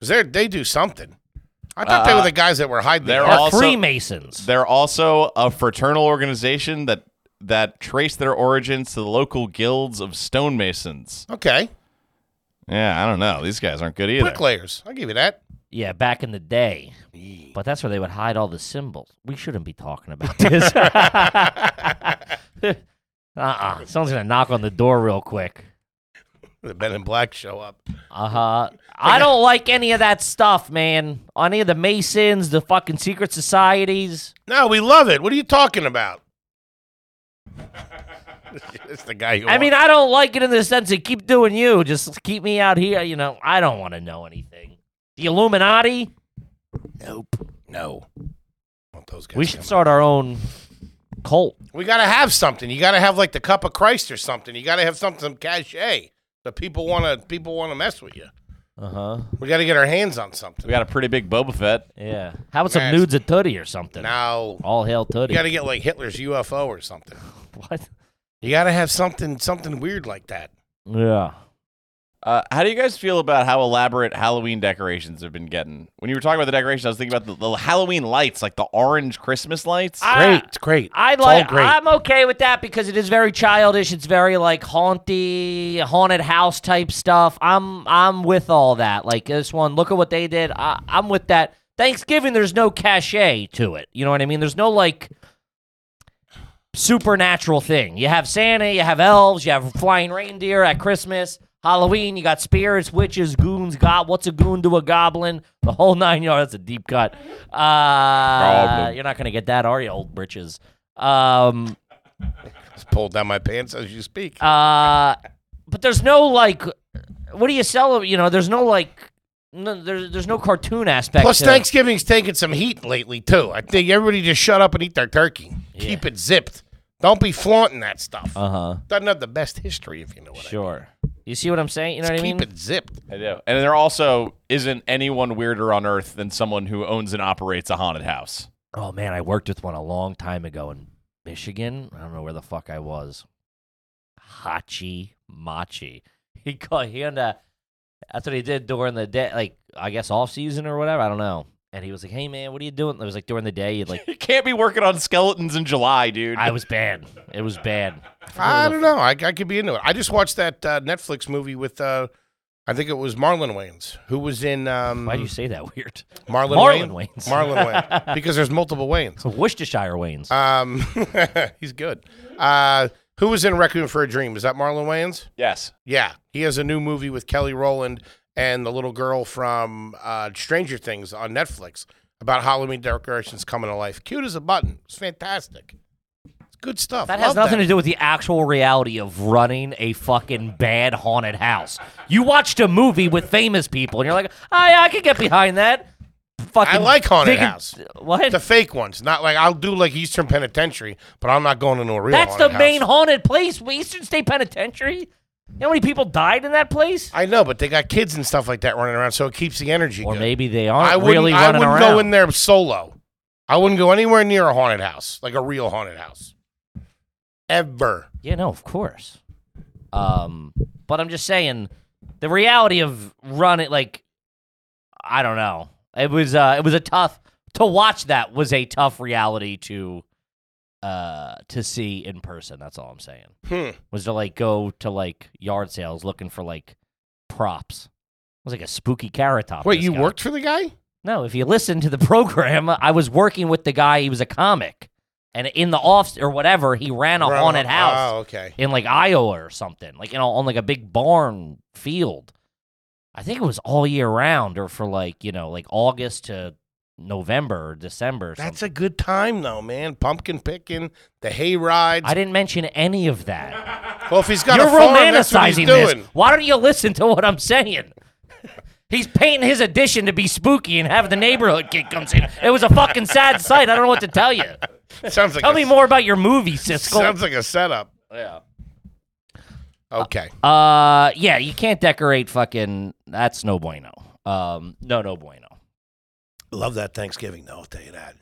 Speaker 1: 'Cause they're- they do something. I thought
Speaker 2: Uh,
Speaker 1: they were the guys that were hiding. the
Speaker 4: they're
Speaker 1: ark.
Speaker 2: Or
Speaker 4: also-
Speaker 2: Uh, Freemasons.
Speaker 4: They're also a fraternal organization that that trace their origins to the local guilds of stonemasons.
Speaker 1: okay.
Speaker 4: Yeah, I don't know. These guys aren't good either.
Speaker 1: Bricklayers. I'll give you that.
Speaker 2: Yeah, back in the day. But that's where they would hide all the symbols. We shouldn't be talking about this. uh-uh. Someone's going to knock on the door real quick.
Speaker 1: The Men in Black show up.
Speaker 2: Uh huh. I don't like any of that stuff, man. Any of the Masons, the fucking secret societies.
Speaker 1: No, we love it. What are you talking about? it's the guy who.
Speaker 2: I mean, I don't like it in the sense of keep doing you. Just keep me out here. You know, I don't want to know anything. The Illuminati.
Speaker 1: nope. No. Want those guys
Speaker 2: We should
Speaker 1: coming.
Speaker 2: start our own cult.
Speaker 1: We got to have something. You got to have like the cup of Christ or something. You got to have something some cachet that people want to people want to mess with you.
Speaker 2: Uh huh.
Speaker 1: We got to get our hands on something.
Speaker 4: We got a pretty big Boba Fett.
Speaker 2: Yeah. How about some
Speaker 1: Man, it's-
Speaker 2: nudes of Tootie or something?
Speaker 1: now
Speaker 2: All hail Tootie.
Speaker 1: you got to get like Hitler's UFO or something.
Speaker 2: what?
Speaker 1: You got to have something something weird like that.
Speaker 2: Yeah.
Speaker 4: Uh, how do you guys feel about how elaborate Halloween decorations have been getting? When you were talking about the decorations, I was thinking about the, the Halloween lights, like the orange Christmas lights.
Speaker 2: I-
Speaker 1: It's great.
Speaker 2: I
Speaker 1: It's all
Speaker 2: like.
Speaker 1: great.
Speaker 2: I'm okay with that because it is very childish. It's very like haunty, haunted house type stuff. I'm I'm with all that. Like this one, look at what they did. I, I'm with that. Thanksgiving, there's no cachet to it. You know what I mean? There's no like. supernatural thing. You have Santa, you have elves, you have flying reindeer at Christmas, Halloween, you got spirits, witches, goons, god. What's a goon to a goblin? The whole nine yards. That's a deep cut. Uh,
Speaker 4: Goblin.
Speaker 2: you're not gonna get that, are you, old britches? Um,
Speaker 1: Just pulled down my pants as you speak.
Speaker 2: uh, but there's no like, what do you sell? You know, there's no like, no, there's there's no cartoon aspect.
Speaker 1: Plus,
Speaker 2: to-
Speaker 1: Thanksgiving's taken some heat lately too. I think everybody just shut up and eat their turkey. Keep it zipped. Don't be flaunting that stuff.
Speaker 2: Uh huh.
Speaker 1: Doesn't have the best history, if you know what
Speaker 2: Sure. You see what I'm saying? You know
Speaker 1: I
Speaker 2: what I
Speaker 1: mean.
Speaker 2: mean?
Speaker 1: Keep it zipped.
Speaker 4: I do. And there also isn't anyone weirder on earth than someone who owns and operates a haunted house.
Speaker 2: Oh man, I worked with one a long time ago in Michigan. I don't know where the fuck I was. Hachi Machi. He called he and uh that's what he did during the day, like I guess off season or whatever. I don't know. And he was like, "Hey man, what are you doing?" It was like during the day. He'd like,
Speaker 4: You can't be working on skeletons in July, dude.
Speaker 2: "I was bad. It was bad."
Speaker 1: I don't know. I, I could be into it. I just watched that uh, Netflix movie with, uh, I think it was Marlon Wayans, who was in um,
Speaker 2: Why do you say that weird?
Speaker 1: Marlon,
Speaker 2: Marlon
Speaker 1: Wayne?
Speaker 2: Wayans.
Speaker 1: Marlon Wayans. Because there's multiple Wayans.
Speaker 2: So Worcestershire Wayne's.
Speaker 1: Um, he's good. Uh, who was in Requiem for a Dream? Is that Marlon Wayans?
Speaker 4: yes.
Speaker 1: Yeah, he has a new movie with Kelly Rowland and the little girl from uh, Stranger Things on Netflix about Halloween decorations coming to life. Cute as a button. It's fantastic. It's good stuff.
Speaker 2: That has
Speaker 1: Love
Speaker 2: nothing
Speaker 1: that.
Speaker 2: to do with the actual reality of running a fucking bad haunted house. You watched a movie with famous people, and you're like, "Oh yeah, I could get behind that." Fucking
Speaker 1: I like haunted
Speaker 2: they can-
Speaker 1: house.
Speaker 2: What?
Speaker 1: The fake ones, not like I'll do like Eastern Penitentiary, but I'm not going into a real.
Speaker 2: That's the
Speaker 1: haunted
Speaker 2: main
Speaker 1: House.
Speaker 2: haunted place, Eastern State Penitentiary. You know how many people died in that place?
Speaker 1: I know, but they got kids and stuff like that running around, so it keeps the energy.
Speaker 2: Or
Speaker 1: good.
Speaker 2: maybe they
Speaker 1: I
Speaker 2: aren't
Speaker 1: wouldn't.
Speaker 2: really
Speaker 1: I
Speaker 2: running
Speaker 1: wouldn't
Speaker 2: around.
Speaker 1: go in there solo. I wouldn't go anywhere near a haunted house, like a real haunted house, ever.
Speaker 2: Yeah, no, of course. Um, but I'm just saying the reality of running like I don't know. It was uh it was a tough to watch that was a tough reality to uh to see in person, that's all I'm saying.
Speaker 1: Hmm.
Speaker 2: Was to like go to like yard sales looking for like props. It was like a spooky carrot top.
Speaker 1: Wait,
Speaker 2: this
Speaker 1: you
Speaker 2: guy.
Speaker 1: worked for the guy?
Speaker 2: No, if you listen to the program, I was working with the guy, he was a comic. And in the off or whatever, he ran a
Speaker 1: Right,
Speaker 2: haunted house
Speaker 1: Oh, okay.
Speaker 2: in like Iowa or something, like you know, on like a big barn field. I think it was all year round, or for like you know, like August to November or December. Or
Speaker 1: That's
Speaker 2: something.
Speaker 1: a good time though, man. Pumpkin picking, the hay rides.
Speaker 2: I didn't mention any of that.
Speaker 1: well, if he's got
Speaker 2: You're
Speaker 1: a farm, that's what he's
Speaker 2: romanticizing this.
Speaker 1: doing.
Speaker 2: Why don't you listen to what I'm saying? He's painting his addition to be spooky and have the neighborhood kid comes in. It was a fucking sad sight. I don't know what to tell you.
Speaker 1: Sounds like
Speaker 2: Tell
Speaker 1: a,
Speaker 2: me more about your movie, Siskel.
Speaker 1: Sounds like a setup. Yeah. Okay.
Speaker 2: Uh, yeah, you can't decorate fucking. That's no bueno. Um, no, no bueno.
Speaker 1: Love that Thanksgiving though. I'll tell you that.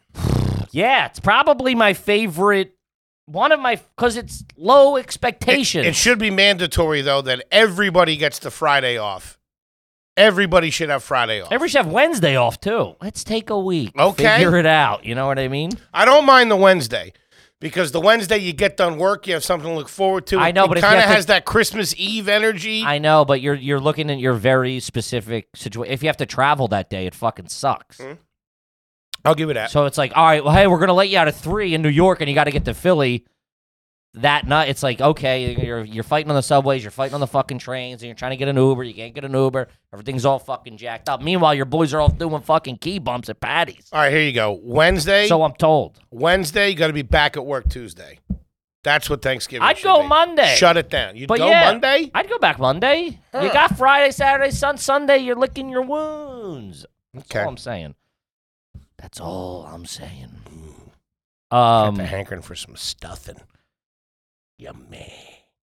Speaker 2: Yeah, it's probably my favorite. One of my because it's low expectations.
Speaker 1: It should be mandatory though that everybody gets the Friday off. Everybody should have Friday off.
Speaker 2: Every chef Wednesday off too. Let's take a week.
Speaker 1: Okay.
Speaker 2: figure it out. You know what I mean?
Speaker 1: I don't mind the Wednesday because the Wednesday you get done work, you have something to look forward to.
Speaker 2: I know,
Speaker 1: it
Speaker 2: but if you
Speaker 1: kind of
Speaker 2: have to-
Speaker 1: has that Christmas Eve energy.
Speaker 2: I know, but you're you're looking at your very specific situation. If you have to travel that day, it fucking sucks.
Speaker 1: Mm-hmm. I'll give it that.
Speaker 2: So it's like, all right, well, hey, we're gonna let you out at three in New York, and you got to get to Philly that night. It's like, okay, you're you're fighting on the subways, you're fighting on the fucking trains, and you're trying to get an Uber. You can't get an Uber. Everything's all fucking jacked up. Meanwhile, your boys are all doing fucking key bumps at Patty's.
Speaker 1: All right, here you go. Wednesday.
Speaker 2: So I'm told.
Speaker 1: Wednesday, you got to be back at work Tuesday. That's what Thanksgiving.
Speaker 2: I'd
Speaker 1: should
Speaker 2: go
Speaker 1: be.
Speaker 2: Monday.
Speaker 1: Shut it down. You'd
Speaker 2: But
Speaker 1: go
Speaker 2: yeah,
Speaker 1: Monday.
Speaker 2: I'd go back Monday. You got Friday, Saturday, Sun, Sunday. You're licking your wounds. That's
Speaker 1: Okay.
Speaker 2: all I'm saying. That's all I'm saying. Um,
Speaker 1: I'm hankering for some stuffing. Yummy.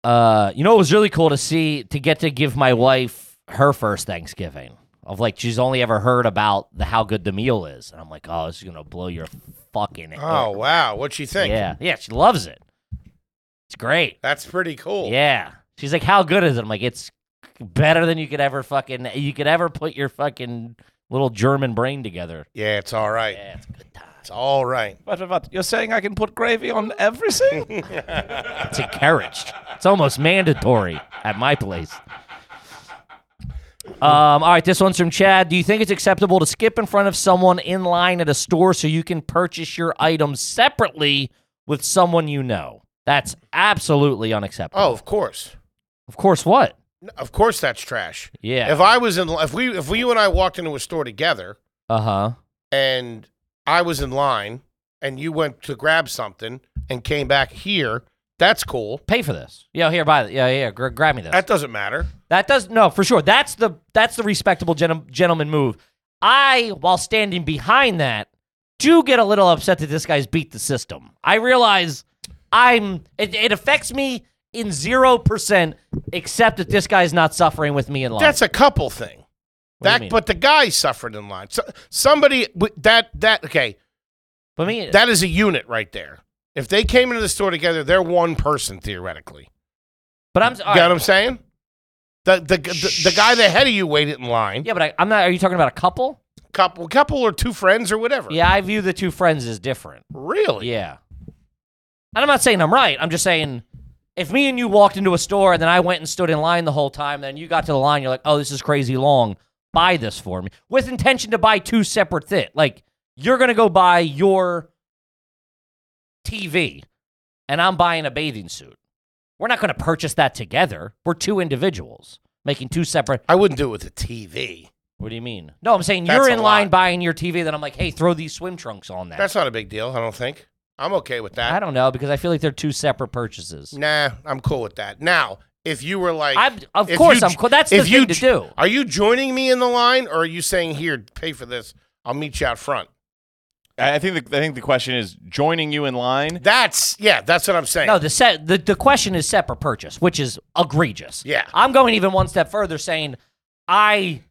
Speaker 2: uh, you know, it was really cool to see to get to give my wife her first Thanksgiving of like she's only ever heard about the how good the meal is, and I'm like, oh, this is gonna blow your fucking.
Speaker 1: Oh wow, what'd she think?
Speaker 2: yeah, yeah, she loves it. It's great.
Speaker 1: That's pretty cool.
Speaker 2: Yeah. She's like, how good is it? I'm like, it's better than you could ever fucking you could ever put your fucking little German brain together.
Speaker 1: Yeah, it's all right.
Speaker 2: Yeah, it's a good time.
Speaker 1: It's all right.
Speaker 4: What, what, what? You're saying I can put gravy on everything?
Speaker 2: It's encouraged. It's almost mandatory at my place. Um, all right, this one's from Chad. Do you think it's acceptable to skip in front of someone in line at a store so you can purchase your items separately with someone you know. That's absolutely unacceptable.
Speaker 1: Oh, of course.
Speaker 2: Of course, what?
Speaker 1: N- Of course that's trash.
Speaker 2: Yeah.
Speaker 1: If I was in if we if we you and I walked into a store together
Speaker 2: Uh huh.
Speaker 1: and I was in line and you went to grab something and came back here, that's cool.
Speaker 2: Pay for this. Yeah, here, buy it. Yeah, yeah. Gr- grab me this.
Speaker 1: That doesn't matter.
Speaker 2: That does no for sure. That's the that's the respectable gen- gentleman move. I, while standing behind that, do get a little upset that this guy's beat the system. I realize I'm it, it affects me in zero percent, except that this guy's not suffering with me in line.
Speaker 1: That's a couple thing.
Speaker 2: What do you
Speaker 1: That
Speaker 2: mean?
Speaker 1: but the guy suffered in line. So, somebody but that that okay,
Speaker 2: but me
Speaker 1: that is a unit right there. If they came into the store together, they're one person theoretically.
Speaker 2: but I'm all
Speaker 1: you know
Speaker 2: right.
Speaker 1: what I'm saying? The the, the the guy that ahead of you waited in line.
Speaker 2: yeah, but I, I'm not. Are you talking about a couple?
Speaker 1: Couple couple or two friends or whatever.
Speaker 2: Yeah, I view the two friends as different.
Speaker 1: Really?
Speaker 2: Yeah. And I'm not saying I'm right. I'm just saying if me and you walked into a store and then I went and stood in line the whole time, then you got to the line, you're like, oh, this is crazy long. Buy this for me with intention to buy two separate things. Like, you're going to go buy your TV and I'm buying a bathing suit. We're not going to purchase that together. We're two individuals making two separate.
Speaker 1: I wouldn't do it with a TV.
Speaker 2: What do you mean? No, I'm saying
Speaker 1: That's
Speaker 2: you're
Speaker 1: a
Speaker 2: in line
Speaker 1: lot.
Speaker 2: buying your TV. Then I'm like, hey, throw these swim trunks on that.
Speaker 1: That's not a big deal, I don't think. I'm okay with
Speaker 2: I
Speaker 1: that.
Speaker 2: don't know because I feel like they're two separate purchases.
Speaker 1: Nah, I'm cool with that. Now, if you were like
Speaker 2: I'm, of
Speaker 1: if
Speaker 2: course,
Speaker 1: you
Speaker 2: I'm.
Speaker 1: j-
Speaker 2: cool. That's the
Speaker 1: if you
Speaker 2: thing to
Speaker 1: j-
Speaker 2: do.
Speaker 1: Are you joining me in the line or are you saying here, pay for this? I'll meet you out front.
Speaker 4: I I think the, I think the question is joining you in line.
Speaker 1: That's yeah, that's what I'm saying.
Speaker 2: No, the set. The, the question is separate purchase, which is egregious.
Speaker 1: Yeah.
Speaker 2: I'm going even one step further, saying I,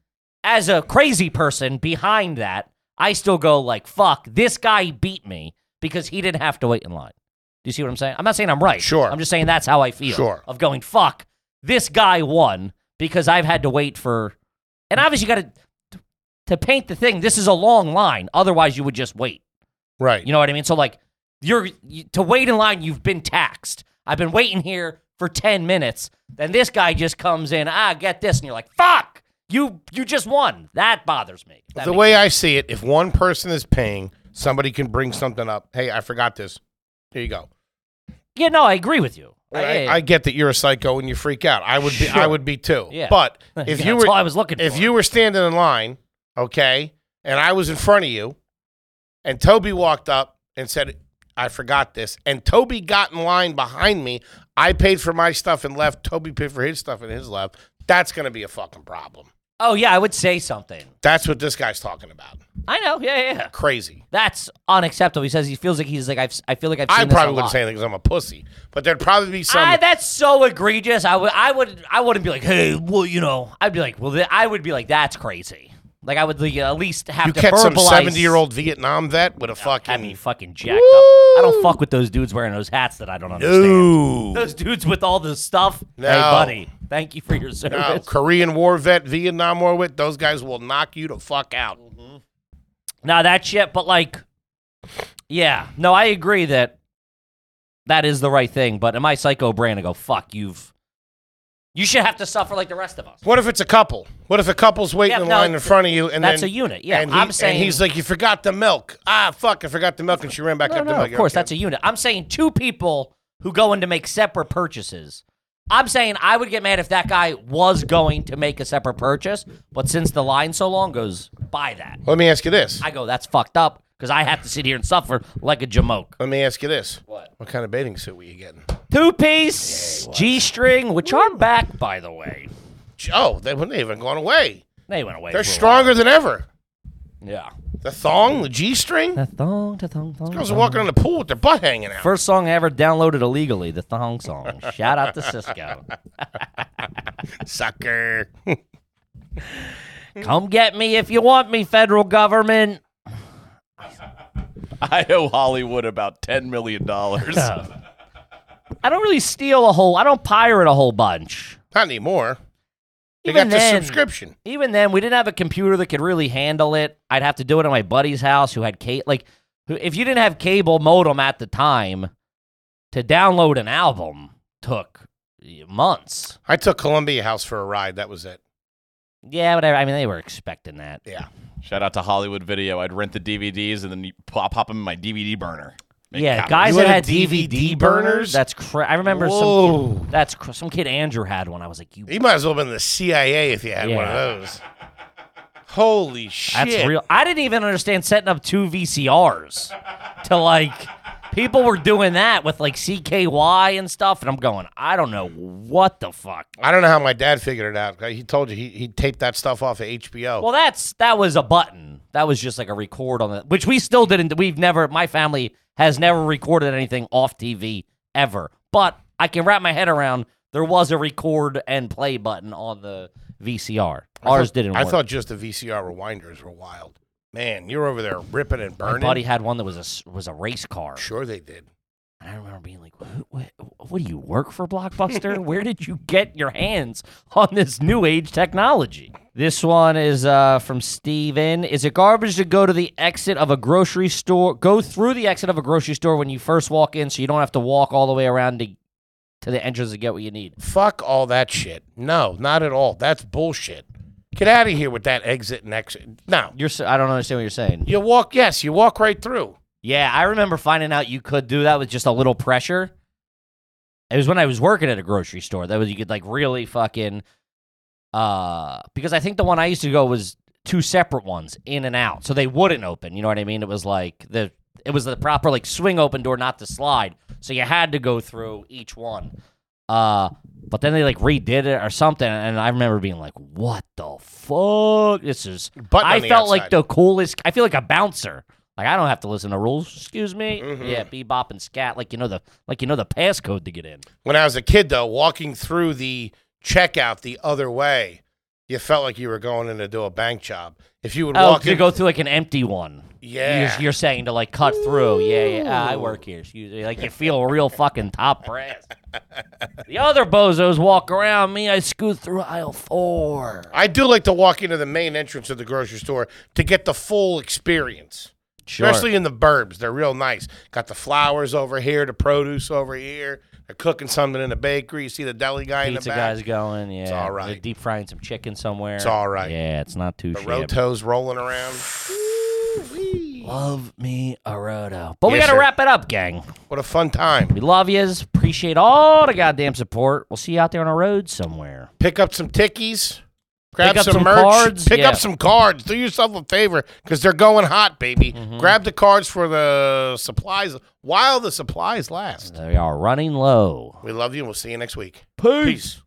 Speaker 2: as a crazy person behind that, I still go like, "Fuck, this guy beat me because he didn't have to wait in line." Do you see what I'm saying? I'm not saying I'm right.
Speaker 1: Sure.
Speaker 2: I'm just saying that's how I feel.
Speaker 1: Sure.
Speaker 2: Of going, "Fuck, this guy won because I've had to wait for," and obviously you got to. To paint the thing, this is a long line. Otherwise, you would just wait.
Speaker 1: right.
Speaker 2: You know what I mean? So like you're you, to wait in line, you've been taxed. I've been waiting here for 10 minutes. Then this guy just comes in, ah, get this, and you're like, fuck, you you just won. That bothers me. That
Speaker 1: the
Speaker 2: makes-
Speaker 1: way I see it, if one person is paying, somebody can bring something up. Hey, I forgot this. Here you go.
Speaker 2: yeah, no, I agree with you. I,
Speaker 1: I, I get that you're a psycho and you freak out. I would be. I
Speaker 2: Sure.
Speaker 1: would be too.
Speaker 2: Yeah.
Speaker 1: But
Speaker 2: That's
Speaker 1: if you
Speaker 2: all
Speaker 1: were,
Speaker 2: I was looking
Speaker 1: if
Speaker 2: for.
Speaker 1: you were standing in line, okay, and I was in front of you, and Toby walked up and said, "I forgot this," and Toby got in line behind me. I paid for my stuff and left. Toby paid for his stuff and his left. That's gonna be a fucking problem.
Speaker 2: oh yeah, I would say something.
Speaker 1: That's what this guy's talking about.
Speaker 2: I know. Yeah, yeah. yeah.
Speaker 1: Crazy.
Speaker 2: That's unacceptable. He says he feels like he's like I've I feel like I've seen
Speaker 1: I
Speaker 2: this a
Speaker 1: probably wouldn't
Speaker 2: lot.
Speaker 1: say anything because I'm a pussy, but there'd probably be some.
Speaker 2: I, that's so egregious. I would, I would, I wouldn't be like, hey, well, you know, I'd be like, well, th- I would be like, that's crazy. Like I would like, at least have
Speaker 1: you
Speaker 2: to
Speaker 1: catch some
Speaker 2: verbalize-
Speaker 1: seventy-year-old Vietnam vet with a fucking.
Speaker 2: Have me fucking jacked up. I don't fuck with those dudes wearing those hats that I don't understand.
Speaker 1: Ooh.
Speaker 2: Those dudes with all the stuff. Hey,
Speaker 1: No.
Speaker 2: buddy, thank you for your
Speaker 1: No,
Speaker 2: service.
Speaker 1: Korean War vet, Vietnam War vet, those guys will knock you the fuck out.
Speaker 2: Now that shit, but like, yeah, no, I agree that that is the right thing. But in my psycho brain, I go, fuck, you've, you should have to suffer like the rest of us.
Speaker 1: What if it's a couple? What if a couple's waiting
Speaker 2: Yeah,
Speaker 1: in
Speaker 2: no,
Speaker 1: line in front of you and
Speaker 2: That's
Speaker 1: then
Speaker 2: a unit. Yeah,
Speaker 1: and he-
Speaker 2: I'm saying
Speaker 1: and he's like, you forgot the milk. Ah, fuck, I forgot the milk, and she ran back
Speaker 2: No,
Speaker 1: up
Speaker 2: no,
Speaker 1: the milk.
Speaker 2: of course, that's a unit. I'm saying two people who go in to make separate purchases. I'm saying I would get mad if that guy was going to make a separate purchase, but since the line so long goes, buy that.
Speaker 1: Let me ask you this.
Speaker 2: I go, that's fucked up because I have to sit here and suffer like a jamoke.
Speaker 1: Let me ask you this.
Speaker 2: What?
Speaker 1: What kind of bathing suit were you getting?
Speaker 2: Two piece, G string, which are back, by the way.
Speaker 1: Oh, they wouldn't even gone away.
Speaker 2: They went away.
Speaker 1: They're
Speaker 2: for a
Speaker 1: stronger than ever.
Speaker 2: while. Yeah.
Speaker 1: The thong, the G string.
Speaker 2: The thong, the thong, thong.
Speaker 1: Girls are
Speaker 2: thong.
Speaker 1: walking in the pool with their butt hanging out.
Speaker 2: First song I ever downloaded illegally, the thong song. Shout out to Cisco.
Speaker 1: Sucker.
Speaker 2: Come get me if you want me, federal government.
Speaker 4: I owe Hollywood about ten million dollars.
Speaker 2: I don't really steal a whole. I don't pirate a whole bunch.
Speaker 1: Not anymore. They
Speaker 2: Even
Speaker 1: got the
Speaker 2: then-
Speaker 1: subscription.
Speaker 2: Even then, we didn't have a computer that could really handle it. I'd have to do it at my buddy's house, who had cable. Like, who- if you didn't have cable modem at the time, to download an album took months.
Speaker 1: I took Columbia House for a ride. That was it.
Speaker 2: Yeah, whatever. I mean, they were expecting that.
Speaker 1: Yeah.
Speaker 4: Shout out to Hollywood Video. I'd rent the DVDs and then you pop, pop them in my DVD burner.
Speaker 2: yeah,
Speaker 4: copies.
Speaker 2: guys
Speaker 1: You
Speaker 2: that
Speaker 1: had
Speaker 2: had
Speaker 1: a DVD
Speaker 2: DVD, burners.
Speaker 1: burners?
Speaker 2: That's cra- I remember some.
Speaker 1: Whoa.
Speaker 2: Kid, that's cr- some kid Andrew had one. I was like, you.
Speaker 1: You might as well have been the CIA if you had one of
Speaker 2: Yeah.
Speaker 1: those. Holy shit.
Speaker 2: That's real. I didn't even understand setting up two VCRs to like people were doing that with like CKY and stuff, and I'm going, I don't know what the fuck.
Speaker 1: I don't know how my dad figured it out. He told you he, he taped that stuff off of HBO.
Speaker 2: Well, that's that was a button. That was just like a record on the which we still didn't. We've never. My family has never recorded anything off TV ever. But I can wrap my head around there was a record and play button on the VCR. Ours didn't.
Speaker 1: I
Speaker 2: work.
Speaker 1: thought just the VCR rewinders were wild. Man, you're over there ripping and
Speaker 2: my
Speaker 1: burning.
Speaker 2: buddy had one that was a s- was a race car.
Speaker 1: Sure they did.
Speaker 2: And I remember being like, what, what, what do you work for Blockbuster? Where did you get your hands on this new age technology? This one is uh, from Steven. Is it garbage to go to the exit of a grocery store? Go through the exit of a grocery store when you first walk in so you don't have to walk all the way around to, to the entrance to get what you need.
Speaker 1: Fuck all that shit. No, not at all. That's bullshit. Get out of here with that exit and exit. No.
Speaker 2: You're, s- I don't understand what you're saying.
Speaker 1: You walk, yes, you walk right through.
Speaker 2: Yeah, I remember finding out you could do that with just a little pressure. It was when I was working at a grocery store. That was you could like really fucking uh because I think the one I used to go was two separate ones in and out. So they wouldn't open, you know what I mean? It was like the it was the proper like swing open door not to slide. So you had to go through each one. Uh but then they like redid it or something and I remember being like, "What the fuck? This is
Speaker 1: Button
Speaker 2: I
Speaker 1: on the
Speaker 2: felt like
Speaker 1: outside.
Speaker 2: the coolest. I feel like a bouncer. Like I don't have to listen to rules. Excuse me.
Speaker 1: Mm-hmm.
Speaker 2: Yeah, bebop and scat. Like you know the like you know the passcode to get in.
Speaker 1: When I was a kid, though, walking through the checkout the other way, you felt like you were going in to do a bank job. If you would
Speaker 2: Oh,
Speaker 1: walk
Speaker 2: to
Speaker 1: in,
Speaker 2: go through like an empty one.
Speaker 1: Yeah.
Speaker 2: You're, you're saying to like cut through. Yeah, yeah. ah, I work here. Excuse me. Like you feel real fucking top brass. the other bozos walk around me. I scoot through aisle four.
Speaker 1: I do like to walk into the main entrance of the grocery store to get the full experience. Especially in the burbs, they're real nice. Got the flowers over here, the produce over here. They're cooking something in the bakery. You see the deli guy
Speaker 2: Pizza
Speaker 1: in the back.
Speaker 2: guy's going. Yeah.
Speaker 1: all
Speaker 2: They're
Speaker 1: right.
Speaker 2: Deep frying some chicken somewhere. It's
Speaker 1: all right.
Speaker 2: Yeah, it's not too.
Speaker 1: the
Speaker 2: shabby.
Speaker 1: rotos rolling around.
Speaker 2: Love me a roto. But we
Speaker 1: Yes,
Speaker 2: gotta
Speaker 1: sir.
Speaker 2: wrap it up, gang.
Speaker 1: What a fun time!
Speaker 2: We love yous. Appreciate all the goddamn support. We'll see you out there on the road somewhere.
Speaker 1: Pick up some tickies. Grab
Speaker 2: Pick up
Speaker 1: some,
Speaker 2: some
Speaker 1: merch.
Speaker 2: cards,
Speaker 1: Pick
Speaker 2: yeah.
Speaker 1: up some cards. Do yourself a favor because they're going hot, baby.
Speaker 2: Mm-hmm.
Speaker 1: Grab the cards for the supplies while the supplies last.
Speaker 2: They are running low.
Speaker 1: We love you and we'll see you next week. Peace.